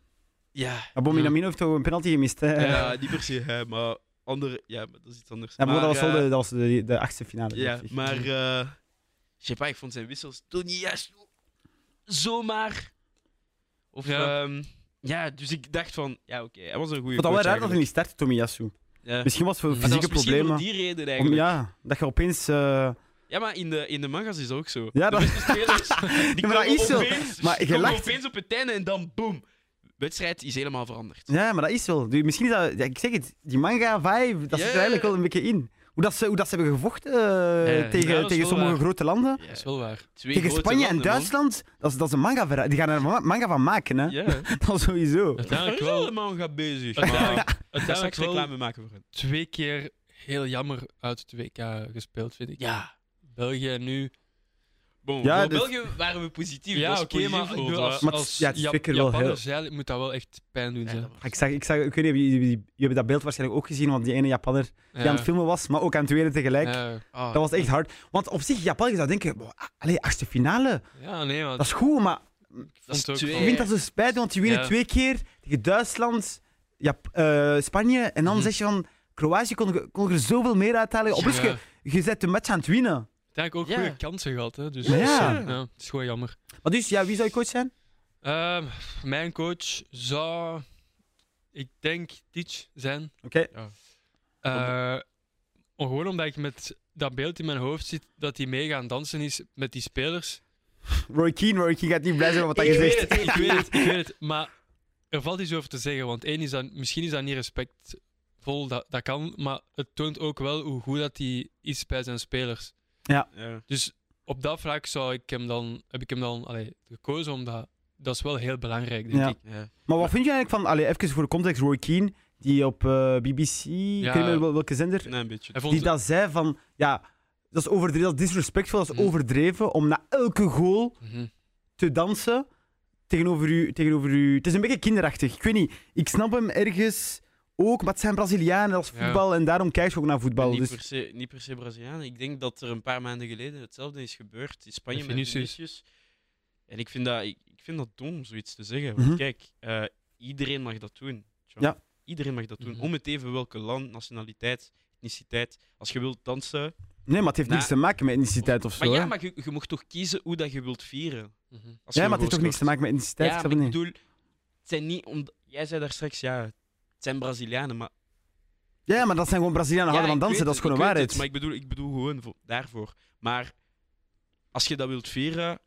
ja.
Ah, bon,
Ja.
Minamino heeft toch een penalty gemist, hè?
ja, niet per se hij, maar andere. Ja, maar dat is iets anders.
Ja, maar, dat was wel
eh,
de, dat was de, de achtste finale.
Ja,
denk ik.
maar. eh je sais pas, ik vond zijn wissels toch niet juist zomaar. Of
Ja.
ja. ja, dus ik dacht van, ja, oké, hij was een goede.
Wat dan wel
coach
raar dat hij
eigenlijk.
niet startte, Tomiyasu.
Ja.
Misschien was het voor
Maar dat
Maar dat
fysieke
was misschien
problemen.
Om die reden
Om-
eigenlijk. ja.
ja, dat je opeens... eh,
maar in de, in de mangas is dat ook zo.
Ja,
de
dat-
beste spelers,
Ja,
die
maar dat
komen
is zo.
opeens-
Maar je
die komen
lacht.
opeens op het einde en dan boom. Wedstrijd is helemaal veranderd.
ja, maar dat is wel. Die- Misschien is dat... Ja, ik zeg het, die manga-vibe, dat
Ja.
zit er eigenlijk wel een beetje in. Hoe dat ze, hoe dat ze hebben gevochten eh,
Ja,
tegen,
ja, dat is
tegen
wel
sommige
waar.
grote landen.
Dat is wel waar.
Twee
Tegen
grote
Spanje en
landen, man.
Duitsland, dat is, dat is een manga. vera- Die gaan er een ma- manga van maken, hè?
Ja,
Dat sowieso.
daar
Uiteindelijk
is
wel,
allemaal gaat bezig.
Uiteindelijk-
Maar daar
uiteindelijk
straks
wel
reclame maken voor hen.
twee keer heel jammer uit het WK gespeeld, vind ik.
Ja.
België en nu.
Bon,
Ja,
voor
dus-
België waren we positief.
Ja,
dat
oké,
is positief
maar ik
voor
bedoel,
de-
als,
Maar het
als
is- ja, het is
Jap-
zeker wel
Japanners
heel-
zeiden, moet dat wel echt pijn doen.
Ja,
Zijn.
dat was-
Ik zag, ik zag, ik weet niet, jullie, jullie, jullie hebben dat beeld waarschijnlijk ook gezien, want die ene Japanner die aan het filmen was, maar ook aan het tweede tegelijk.
Ja.
Ah,
Dat was echt hard. Want op zich, Japan, je zou denken, wow, ah, allee, achtste finale,
Ja, nee, maar
dat is goed, maar
dat is
dat is
ook
twee-
ik vind dat zo spijtig, want je winnen
Ja.
twee keer tegen Duitsland, Jap- eh, Spanje, en dan
Mhm.
zeg je van, Kroatië kon, er- kon er zoveel meer uithalen. Op
Ja.
zich, je, je zet de match aan het winnen.
Uiteindelijk ook
Ja.
goede kansen gehad, hè. Dus
Ja.
het is gewoon jammer.
Maar dus, ja, wie zou je coach zijn?
Ehm, mijn coach zou, ik denk, Teach zijn.
Oké.
Eh, om- gewoon omdat ik met dat beeld in mijn hoofd zit dat hij mee gaan dansen is met die spelers.
Roy Keane, Roy Keane gaat niet blij zijn met wat je
ik
zegt.
weet het, ik weet het, ik weet het. Maar er valt iets over te zeggen, want één is dat, misschien is dat niet respectvol, dat, dat kan, maar het toont ook wel hoe goed dat hij is bij zijn spelers.
ja.
Dus op dat vlak zou ik hem dan, heb ik hem dan allee, gekozen, omdat dat is wel heel belangrijk, denk
Ja.
ik.
Ja.
Maar wat vind je eigenlijk van, allee, even voor de context, Roy Keane, die op eh, BBC, ik weet niet meer wel- welke zender,
Nee, een beetje.
Hij vond
die dat zei van, ja, dat is overdreven, dat is disrespectvol, dat is
Mm.
Mhm.
overdreven om na elke goal
Mhm.
te dansen tegenover u, tegenover u. Het is een beetje kinderachtig, ik weet niet. Ik snap hem ergens ook, maar het zijn Brazilianen, dat is
Ja.
voetbal en daarom kijk je ook naar voetbal.
niet,
Dus,
per se, niet per se Braziliaan. Ik denk dat er een paar maanden geleden hetzelfde is gebeurd in Spanje met
Vinicius.
Vinicius. En ik vind dat, ik, ik vind dat dom om zoiets te zeggen.
Mhm.
Want kijk, eh, iedereen mag dat doen. Tja.
Ja.
Iedereen mag dat doen.
Mhm.
Om het even welke land, nationaliteit, etniciteit. Als je wilt dansen.
nee, maar het heeft
Nou,
niks te maken met etniciteit of zo.
Maar ja,
hè.
maar je, je mag toch kiezen hoe dat je wilt vieren.
Mhm.
Als
Ja,
je
maar het
een
heeft ook
goal
niks te
scoort.
maken met etniciteit.
Ja,
ik
maar
snap het
ik
niet.
bedoel, het zijn niet om. Jij zei daar straks, ja, het zijn Brazilianen, maar.
ja, maar dat zijn gewoon Brazilianen
Ja,
houden
ik
van dansen,
weet
dat is
het,
gewoon een waarheid.
ik weet het, maar ik bedoel, ik bedoel gewoon vo- daarvoor. Maar als je dat wilt vieren,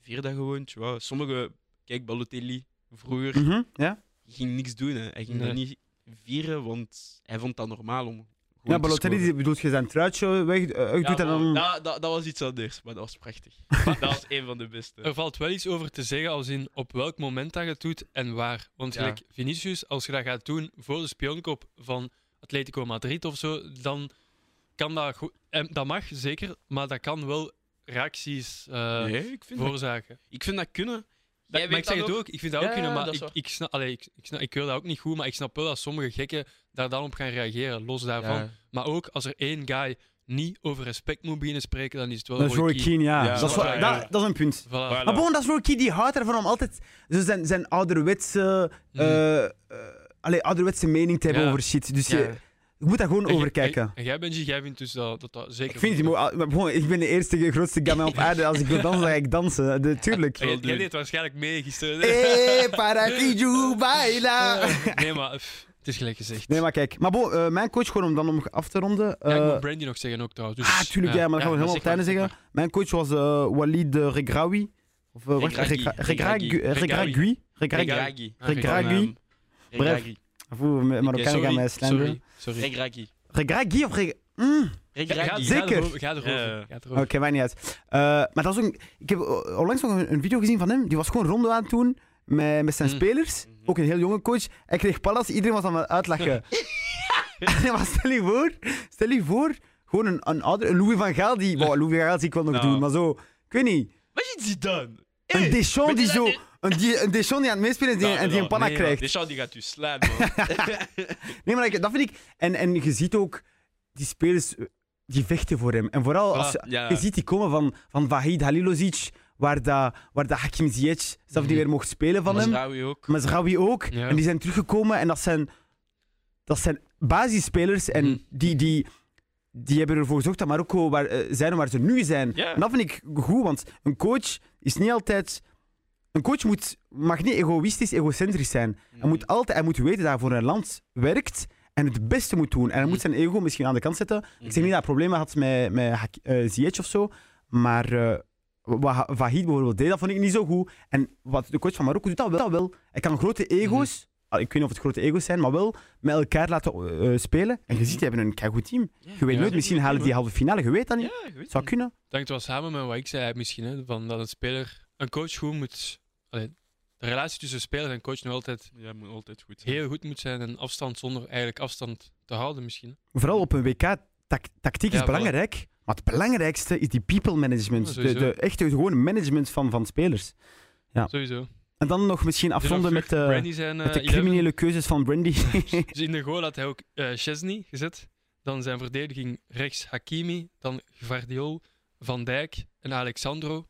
vier dat gewoon. Tjua. Sommige, kijk, Balotelli vroeger
Mhm, ja?
ging niks doen. Hè. Hij ging dat
Nee.
niet vieren, want hij vond dat normaal om. gewoon
ja,
te
Balotelli,
scoren.
die bedoelt je zijn truitje weg, eh,
Ja,
uitdoet en dan...
maar dat, dat, dat was iets anders, maar dat was prachtig. dat was een van de beste.
Eh,
Eh,
Er valt wel iets over te zeggen als in op welk moment dat je het doet en waar. Want
Ja.
gelijk Vinicius, als je dat gaat doen voor de spionkop van Atletico Madrid of zo, dan kan dat goed. En dat mag zeker, maar dat kan wel reacties eh,
Nee, ik vind, dat,
veroorzaken.
ik vind dat kunnen.
Dat,
Jij
maar
weet
ik zeg
dat
het
ook.
ook, ik vind dat
Ja,
ook kunnen,
ja,
maar
dat is
ik,
waar.
ik, snap, allee, ik, ik, snap, ik wil dat ook niet goed, maar ik snap wel dat sommige gekken daar dan op gaan reageren, los daarvan.
Ja.
Maar ook als er één guy niet over respect moet beginnen spreken, dan is het wel
Dat is Roy Keane, ja.
Ja,
dat, is wel-
dat is waar,
dat, dat is een punt.
Voilà.
Voilà.
Maar bon, dat is Roy Keane, die houdt ervan om altijd zo zijn, zijn ouderwetse,
Mhm.
eh, eh, allee, ouderwetse mening te hebben
Ja.
over shit. Dus
Ja.
je, je moet daar gewoon
En jij-
over
En,
kijken.
en jij, Benji, jij vindt dus dat dat, dat zeker...
Ik vind die mo- ah, maar bon, ik ben de eerste de grootste gamin op aarde. Als ik wil dansen, dan ga ik dansen. De, tuurlijk.
En jij-
wel
Jij
doen.
deed waarschijnlijk mee gisteren. Eh,
Eh, paradigio, baila.
Nee, maar pff, het is gelijk gezegd.
Nee, maar kijk. Maar bon, eh, mijn coach, gewoon om dan om af te ronden.
Ja, ik
eh,
moet Brandy nog zeggen ook trouwens. Dus,
ah, tuurlijk, ja, maar dat gaan we helemaal op het einde zeggen. Mijn coach was eh, Walid eh, Regraoui. Of eh, wacht,
Regragui.
Regra-
Regragui.
Regragui. Regragui. Regragui.
Regragui.
Regragui.
Regragui.
Voel me Marokkanen gaan mij
Sorry,
slenderen.
sorry, sorry.
Regragui.
Regragui of Reg... Mm.
Ga- ga-
Regragui.
Zeker.
Ga erover. Ga erover.
Ja.
Ga erover.
Oké, maakt niet uit. Eh, maar dat is ook... Ik heb eh, onlangs nog een, een video gezien van hem. Die was gewoon rondo aan het doen met, met zijn
Mm.
spelers.
Mhm.
Ook een heel jonge coach. Hij kreeg pallas. Iedereen was aan het uitlachen. maar stel je voor... Stel je voor... Gewoon een, een ouder... Een Louis van Gaal die... Wow, Louis van Gaal zie ik wel nog
Nou.
doen. Maar zo... Ik weet niet.
Wat is die dan?
Eh,
Een Deschamps
maar
die
die
zo...
laat-
Een, die, een Deschamps die aan het meespelen is die-
Nou,
en die een
nou,
panna
nee, maar-
krijgt.
Deschamps die gaat u slaan, man.
Nee, maar ik- dat vind ik... En, en je ziet ook... Die spelers... eh, Die vechten voor hem. En vooral als,
Voilà.
ja.
Je ziet die komen van, van Vahid Halilovic, waar, dat waar dat Hakim Ziyech zelf niet
Mhm.
weer mocht spelen van hem.
Mazraoui ook.
Mazraoui ook.
Ja.
En die zijn teruggekomen en dat zijn, dat zijn basisspelers. En
Mhm.
die, die, die hebben ervoor gezorgd dat Marokko waar, eh, zijn waar ze nu zijn.
Ja.
En dat vind ik goed, want een coach is niet altijd... Een coach moet, mag niet egoïstisch, egocentrisch zijn.
Mhm.
Hij moet altijd hij moet weten dat hij voor een land werkt en het beste moet doen. En hij
Mhm.
moet zijn ego misschien aan de kant zetten.
Mhm.
Ik zeg niet dat hij problemen had met, met Hak- eh, Ziyech of zo, maar eh, wat Ha- Vahid bijvoorbeeld deed, dat vond ik niet zo goed. En wat de coach van Marokko doet, dat wel. Dat wel. Hij kan grote ego's,
Mhm.
ah, ik weet niet of het grote ego's zijn, maar wel met elkaar laten eh, eh, spelen. En je ziet, die hebben een keigoed team. Je weet
Ja.
nooit, misschien halen die halve finale, je weet dat niet.
Ja, ik weet
Zou
het.
kunnen.
Het hangt wel samen met wat ik zei misschien, hè, van dat een speler, een coach goed moet... allee, de relatie tussen speler en coach nog altijd
Ja, moet altijd goed zijn.
heel goed moet zijn en afstand zonder eigenlijk afstand te houden misschien.
Vooral op een WK, tak- tactiek
Ja,
is
voilà.
belangrijk. Maar het belangrijkste is die people management.
Ja,
de,
sowieso.
de echte gewone management van, van spelers.
Sowieso.
En dan nog misschien
Dus nog
afronden met,
terug,
eh,
Brandy zijn,
met de
eh, 11.
criminele keuzes van Brandy.
Dus in de goal had hij ook eh Chesney gezet. Dan zijn verdediging rechts Hakimi. Dan Gvardiol, Van Dijk en Alexandro.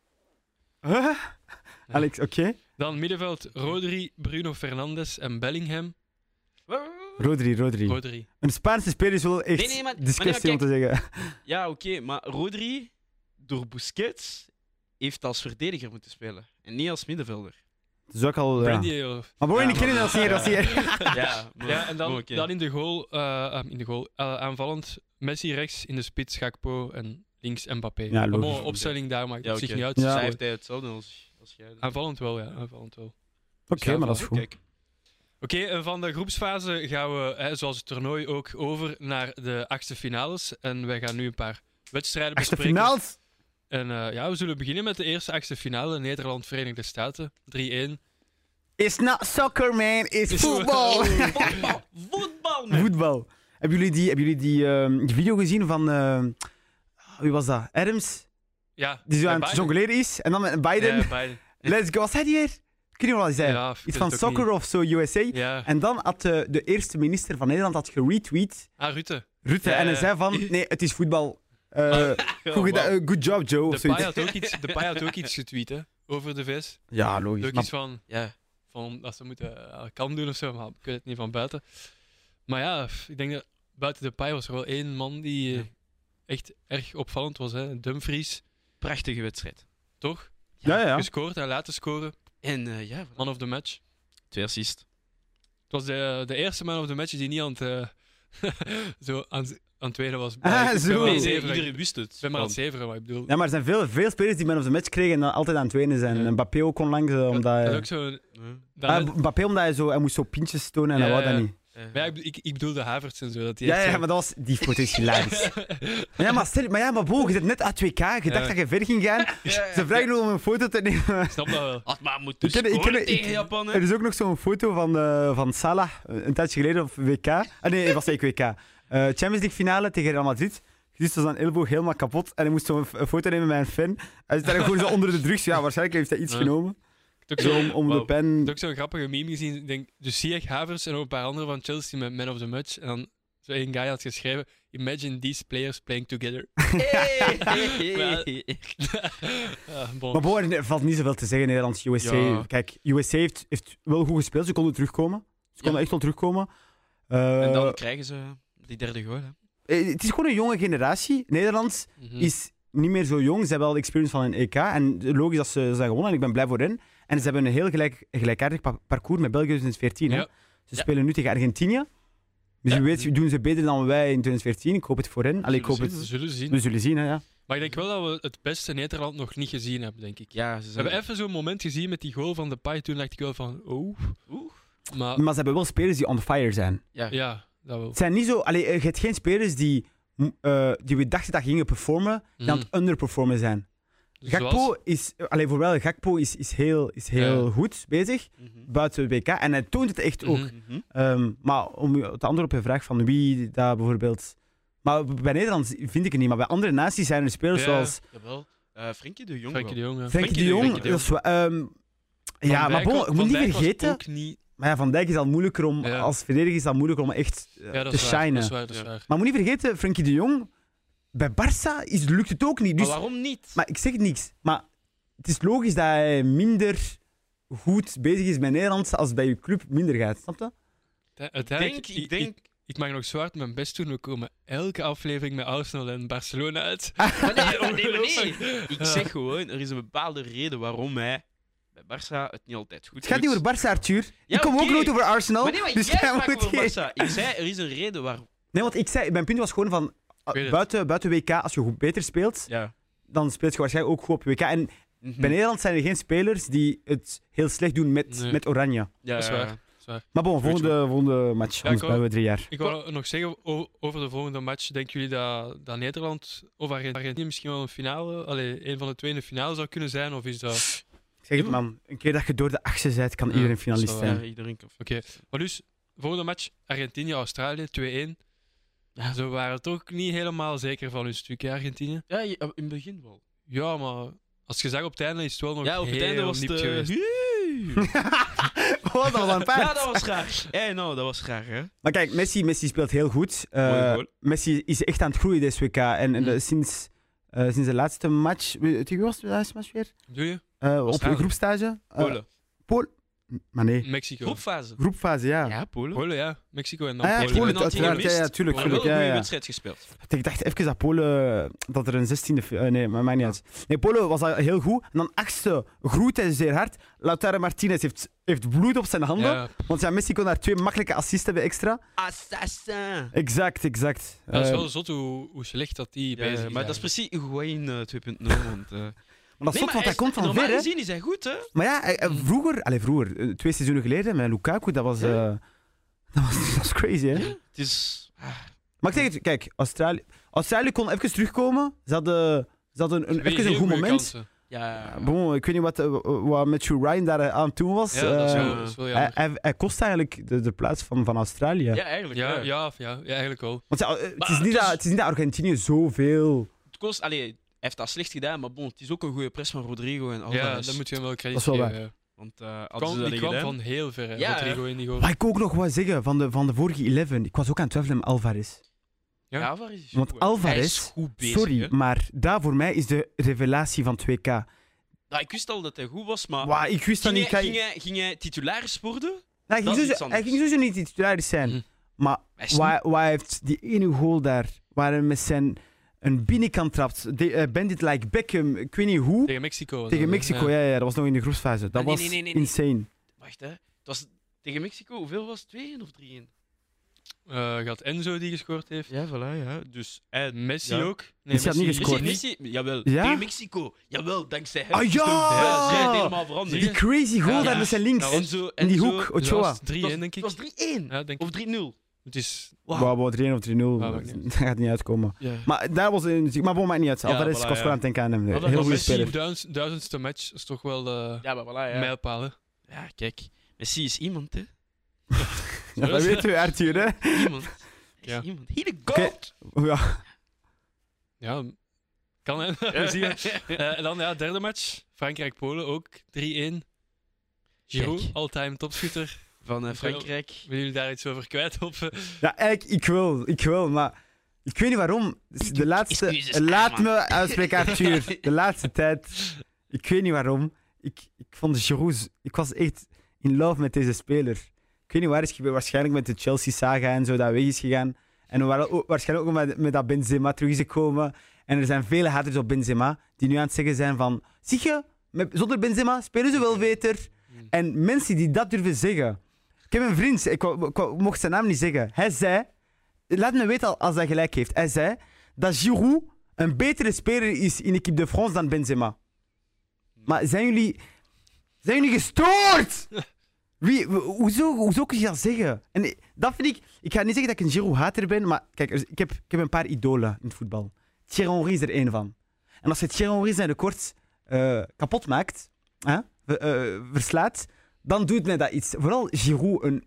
Huh? Alex, oké.
Dan middenveld Rodri, Bruno Fernandes en Bellingham.
Rodri, Rodri.
Rodri.
Een Spaanse speler is wel echt
Nee, nee, maar-
discussie
maar
om te zeggen.
Ja, oké, maar Rodri, door Busquets, heeft als verdediger moeten spelen. En niet als middenvelder.
Dat is ook al... ja.
Brandy, eh,
Maar Boy,
Ja,
die kennen
maar-
dat hier, dat
Ja.
hier.
ja,
Ja, en dan,
oké.
dan in de goal, eh, eh, in de goal eh, aanvallend Messi rechts, in de spits Gakpo en links Mbappé.
Ja,
een
logisch.
mooie opstelling daar, maakt
Ja,
het zich
oké.
niet uit.
Ja.
Dus
Zij
eh,
heeft hij hetzelfde als, als jij. dus.
Aanvallend wel, ja. Aanvallend wel.
Oké, maar dat is goed.
Kijk,
Oké, en van de groepsfase gaan we, hè, zoals het toernooi ook, over naar de achtste finales. En wij gaan nu een paar wedstrijden
Echte
bespreken.
finales.
En eh, ja, we zullen beginnen met de eerste achtste finale, Nederland-Verenigde Staten. 3-1.
It's not soccer, man. It's voetbal.
Voetbal, voetbal, man.
voetbal. Hebben jullie die, hebben jullie die, ehm, die video gezien van... eh, wie was dat? Adams?
Ja,
Die zo
bij
aan het
Biden.
jongleren is. En dan met Biden.
Ja, Biden.
Let's go. Wat zei die hier? Ik weet niet wat hij zei.
Ja, ik weet
Eh, Iets van
het ook
soccer of zo, USA.
niet. Ja.
En dan had eh, de eerste minister van Nederland had geretweet.
Ah, Rutte.
Rutte.
Ja,
en hij
ja. Ah,
zei van, nee, het is voetbal. Eh,
Ja,
goed, geda-
wauw.
eh, good job, Joe. Of
de Pai
zoiets.
had ook iets, de Pai had ook iets getweet, hè, over de VS.
Ja, logisch.
Ook
Maar
iets van,
Ja.
van dat ze moeten eh, kan doen of zo, maar ik weet het niet van buiten. Maar ja, f- ik denk dat buiten de Pai was er wel één man die eh,
Ja.
echt erg opvallend was, hè. Dumfries,
Prachtige wedstrijd.
toch?
ja, ja.
Gescoord en laten scoren.
En eh, ja, voilà.
Man of the match.
twee assist.
Het was de, de eerste man of the match die niet aan het, eh, zo aan, aan het tweede was.
Ah,
Ik ben
zo.
maar aan
Nee,
het
nee,
zeveren.
iedereen wist het.
Ik ben maar aan het
Van-
zeveren, maar ik bedoel...
Ja, maar er zijn veel, veel spelers die men of the match kregen en dan altijd aan het wenen zijn.
Ja.
En Mbappé ook onlangs, eh, omdat...
dat
eh,
is ook zo...
Ja.
dat-
ah, Mbappé omdat hij zo... Hij moest zo pintjes tonen en
Ja,
hij wou
ja.
dat niet.
Eh,
ja, ik, ik, ik bedoel de Havertz en zo. Dat die
Ja,
echt
ja,
zo-
maar dat was... Die foto is hilarisch. maar ja, maar stel... Maar ja, maar Bo, je zit net uit 2K. Je dacht
Ja.
dat je ver ging gaan. Ze vragen je om een foto te nemen.
Ik snap dat wel.
Had maar moeten
Ik ken- ik
scoren
ken- ik-
tegen Japan, hè.
Er is ook nog zo'n foto van, eh, van Salah, eh, een tijdje geleden op WK. Ah nee, het was eigenlijk WK. Eh, Champions League finale tegen Real Madrid. Je ziet zo zijn elleboog helemaal kapot en hij moest zo'n f- een foto nemen met een fan. Hij zit daar gewoon zo onder de drugs. Ja, waarschijnlijk heeft hij iets
Ja.
genomen.
Ik heb ook
Zo
zo-
om, om de
Wauw.
ik heb
pen.
ook zo'n grappige meme gezien. Ik denk, dus zie ik Havertz en ook een paar anderen van Chelsea met Man of the Match. En dan zo één guy had geschreven... Imagine these players playing together. Ja, bon.
Maar boven, er valt niet zoveel te zeggen Nederlands USA.
Ja.
Kijk, USA heeft, heeft wel goed gespeeld. Ze konden terugkomen. Ze konden
Ja.
echt wel terugkomen. Eh,
En dan krijgen ze die derde goal, hè.
eh, het is gewoon een jonge generatie. Nederlands
Mhm.
is niet meer zo jong. Ze hebben al experience van een EK. En logisch dat ze ze zijn gewonnen. En ik ben blij voor hen. En ze hebben een heel gelijk, gelijkaardig pa- parcours met België 2014. Hè?
Ja.
Ze
Ja.
spelen nu tegen Argentinië. Dus
Ja.
wie weet doen ze beter dan wij in 2014. Ik hoop het voor hen. Allee, ik hoop
Zullen
We
het...
zullen zien.
We zullen zien, hè, ja.
Maar ik denk wel dat we het beste Nederland nog niet gezien hebben, denk ik.
Ja, ze
We hebben even zo'n moment gezien met die goal van de Pai. Toen dacht ik wel van, oh.
Oeh.
Maar
Maar ze hebben wel spelers die on fire zijn.
Ja.
ja, dat wel.
Het zijn niet zo... Allee, eh, je hebt geen spelers die, mm, eh, die we dachten dat gingen performen, die aan
Mm.
het underperformen zijn.
Dus
Gakpo is... eh, Allee, voor wel, Gakpo is, is heel, is heel
Ja.
goed bezig
Mhm.
buiten WK. En hij toont het echt ook.
Mhm.
Mhm.
Ehm, maar om u- te antwoorden op je vraag van wie daar bijvoorbeeld. Maar bij Nederland vind ik het niet, maar bij andere naties zijn er spelers
Ja.
Dus zoals
Jawel. Eh Frenkie de Jong.
Frenkie de
wel.
Jong, ja.
Frenkie de
Jong,
Jong.
Frenkie de
dat is wel- ehm,
Van
ja, maar
Dijk
bon,
was-
je
Van
moet niet
Dijk was
vergeten.
ook niet...
Maar ja, Van Dijk is al moeilijker om,
Ja.
als verdediger is het al moeilijker om echt eh,
Ja, dat
te
is waar,
shinen.
dat is waar, dat is
Ja.
waar.
Maar moet niet vergeten, Frenkie de Jong, bij Barça is, lukt het ook niet. Dus,
Maar waarom niet?
maar ik zeg niks. Maar het is logisch dat hij minder goed bezig is bij Nederland als bij je club minder gaat. Snap je?
Uite-
ik
Uiteindelijk,
denk, ik denk...
ik, mag nog zwaar mijn best doen. We komen elke aflevering met Arsenal en Barcelona uit.
Maar nee, maar nee, maar nee. Ik
Ja.
zeg gewoon, er is een bepaalde reden waarom hij bij Barça het niet altijd goed
Het gaat niet
lukt.
over Barça, Arthur.
Ja,
ik kom ook
oké.
nooit over Arsenal.
Maar nee, maar
dus
jij
jij
sprak
moet
over
geen-
Barça. Ik zei, er is een reden waarom...
Nee, want ik zei, mijn punt was gewoon van. ah,
weet het.
Buiten, buiten WK, als je goed beter speelt,
Ja.
dan speelt je waarschijnlijk ook goed op WK. En
Mhm. Hm.
bij Nederland zijn er geen spelers die het heel slecht doen met,
Nee.
met Oranje.
Ja,
Dat is
ja,
waar.
ja.
Maar bon, volgende, volgende match. Anders
ik
blijven we drie jaar.
Ik wou nog zeggen o- over de volgende match. Denken jullie dat, dat Nederland of Argent- Argentinië misschien wel een finale, allee, een van de twee in de finale zou kunnen zijn? Of is dat...
Ik zeg het, man. Een keer dat je door de achtste bent, kan
Ja,
iedereen
dat is wel
finalist
waar.
zijn.
Ja, iedereen kan...
Oké. Maar dus, volgende match Argentinië-Australië 2-1.
Ja.
Ze waren toch niet helemaal zeker van hun stukje Argentinië.
Ja, je- in het begin wel.
Ja, maar als je zegt op het einde is het wel nog
ja, op het
heel
einde was het...
nipt
eh,
geweest.
huuu.
oh, dat was een paard.
ja, dat was graag. Hé, nou, dat was graag, hè.
Maar kijk, Messi, Messi speelt heel goed. Eh,
Mooi goal. Hm.
Messi is echt aan het groeien deze WK. En, en
Mhm.
eh, sinds, eh, sinds de laatste match. Tegen wie was de laatste match weer?
Doe je?
Eh, op
Australië.
groepstage? Eh,
Polen.
Maar nee,
Mexico.
Groepfase.
groepfase, ja.
Ja, Polen.
Polen, ja. Mexico en dan
Ah, ja,
Polen.
Polen,
Polen,
dat
uiteraard. Ja,
gemist.
ja, tuurlijk,
Maar
Maar wel
tuurlijk.
een
Ja,
goede
ja.
wedstrijd gespeeld.
Ik dacht even dat Polen... Dat er een 16e... fi- eh, nee, maar maakt niet uit. Nee, Polen was al heel goed. En dan achtste groeit hij zeer hard. Lautaro Martinez heeft, heeft bloed op zijn handen.
Ja,
Want ja, Messi kon daar twee makkelijke assists hebben extra.
Assassin.
Exact, exact.
dat is
Eh,
wel zot hoe, hoe slecht dat die
Ja,
bezig is.
maar dat is
eigenlijk.
precies Higuain eh, 2.0. Want, eh,
maar dat is zot, want
maar
hij
is-
komt van
normaal
ver, hè.
gezien is hij goed, hè?
Maar ja, eh, eh, vroeger... Allee, vroeger. eh, Twee seizoenen geleden met Lukaku, dat was... eh, dat, was dat was crazy, hè.
Het is... ah,
Maar ik zeg het, kijk, Australië, Australië kon even terugkomen. Ze hadden, ze dat een, een,
Twee
even een
heel
goed
goede
moment.
kansen.
Ja,
Ja, bon, ik weet niet wat, eh, wat Matthew Ryan daar eh, aan toe was.
Ja, dat is
Eh,
wel, dat is wel
hij,
jammer.
hij, hij kost eigenlijk de, de plaats van, van Australië.
ja, eigenlijk.
Ja,
Ja,
ja, ja, ja, eigenlijk wel.
Want ja, eh, het,
Maar
is niet
het is-
dat, het is niet dat Argentinië zoveel.
Het kost, allee, hij heeft dat slecht gedaan, maar bon, het is ook een goede press van Rodrigo en Alvarez.
Ja, dan moet je hem wel krediet
Dat is wel
geven. ja.
Want eh Oh, hadden
Kwam-
ze dat
die
niet
kwam
gedaan-
van heel ver, hè,
Ja, hè.
Rodrigo Indigo.
Maar ik ook nog wat zeggen van de, van de vorige 11. Ik was ook aan het twijfelen met Alvarez.
Ja.
Ja, Alvarez is
Want
goed, hè.
Alvarez-
Hij is goed bezig,
Sorry,
hè.
maar daar voor mij is de revelatie van 2K.
Nou, ik wist al dat hij goed was, maar...
Wauw, ik wist dat
ging,
niet.
hij,
Hij,
ging, hij, ging hij titularis worden?
hij, ging
dat is
sowieso-
iets anders. Mm.
hij ging sowieso niet titularis zijn.
Mhm.
Maar
Hij is
waar, waar hij heeft die ene goal daar, waar hij met zijn een binnenkant trapt, de, eh, Bandit like Beckham, ik weet niet hoe,
Tegen Mexico. was
tegen
dat, hè?
Mexico,
Ja.
ja. Ja, dat was nog in de groepsfase. Dat
Ah, nee,
was
nee, nee, nee, nee.
insane.
niet- Wacht, hè. Het was tegen Mexico, hoeveel was het? 2-1 of 3-1?
Eh, gaat Enzo die gescoord heeft.
Ja, voilà, ja. Dus...
En Messi
Ja.
ook. Nee,
Messi had niet
heeft
gescoord.
niet.
Messi, jawel.
Ja?
Tegen Mexico. Jawel, dankzij hem.
Ah,
is
ja!
de wereld zijn helemaal veranderd.
Die crazy goal
Ja.
daar met zijn links.
Nou,
En zo,
in
en
die
zo-
hoek,
Dus dat
Ochoa.
was 3-1, denk ik.
Het was 3-1.
Ja, denk
Of
ik.
3-0.
Het is...
Wow,
Wauw.
wow, 3-1 of 3-0,
Ah,
dat
maakt niet
gaat niet uitkomen.
Ja.
Maar daar was een... Maar bon, maakt niet uit.
Ja,
Alvarez,
voilà,
ik was
ja.
gewoon aan het denken aan hem.
dat
Heel
was
goede
Messi.
speler.
Messi, duizend, duizendste match, is toch wel eh
Ja, maar voilà, ja.
mijlpaal, hè?
Ja, kijk. Messi is iemand, hè.
Ja, dat weten we, Arthur, hè.
Iemand. Hij
Ja.
is iemand. He the
Oké.
goat.
Ja.
Ja, kan, hè? We zien het. Eh, en dan, ja, derde match. Frankrijk-Polen ook 3-1. Giroud,
Kijk.
all-time topschutter.
Van eh, Frankrijk.
Willen jullie daar iets over kwijt? Of, eh,
ja, eigenlijk, ik wil. Ik wil, maar... Ik weet niet waarom. Dus De laatste...
excuses,
Laat
Arman.
me uitspreken, Arthur. De laatste tijd. Ik weet niet waarom. Ik, ik vond Giroud... Ik was echt in love met deze speler. Ik weet niet waar is gebeurd. Waarschijnlijk met de Chelsea-saga en zo dat weg is gegaan. En waar- ook- waarschijnlijk ook met, met dat Benzema terug is gekomen. En er zijn vele haters op Benzema die nu aan het zeggen zijn van... Zie je, met, zonder Benzema spelen ze wel beter. En mensen die dat durven zeggen... Ik heb een vriend, ik, wou- ik wou- mocht zijn naam niet zeggen. Hij zei... Laat me weten al- als hij gelijk heeft. Hij zei dat Giroud een betere speler is in Equipe de France dan Benzema. Maar zijn jullie... Zijn jullie gestoord? Wie, w- hoezo, hoezo kun je dat zeggen? En i- dat vind ik... Ik ga niet zeggen dat ik een Giroud-hater ben, maar kijk, er- ik heb, ik heb een paar idolen in het voetbal. Thierry Henry is er één van. En als je Thierry Henry zijn records eh, kapot maakt, hè, v- eh, verslaat, dan doet mij dat iets. Vooral Giroud een...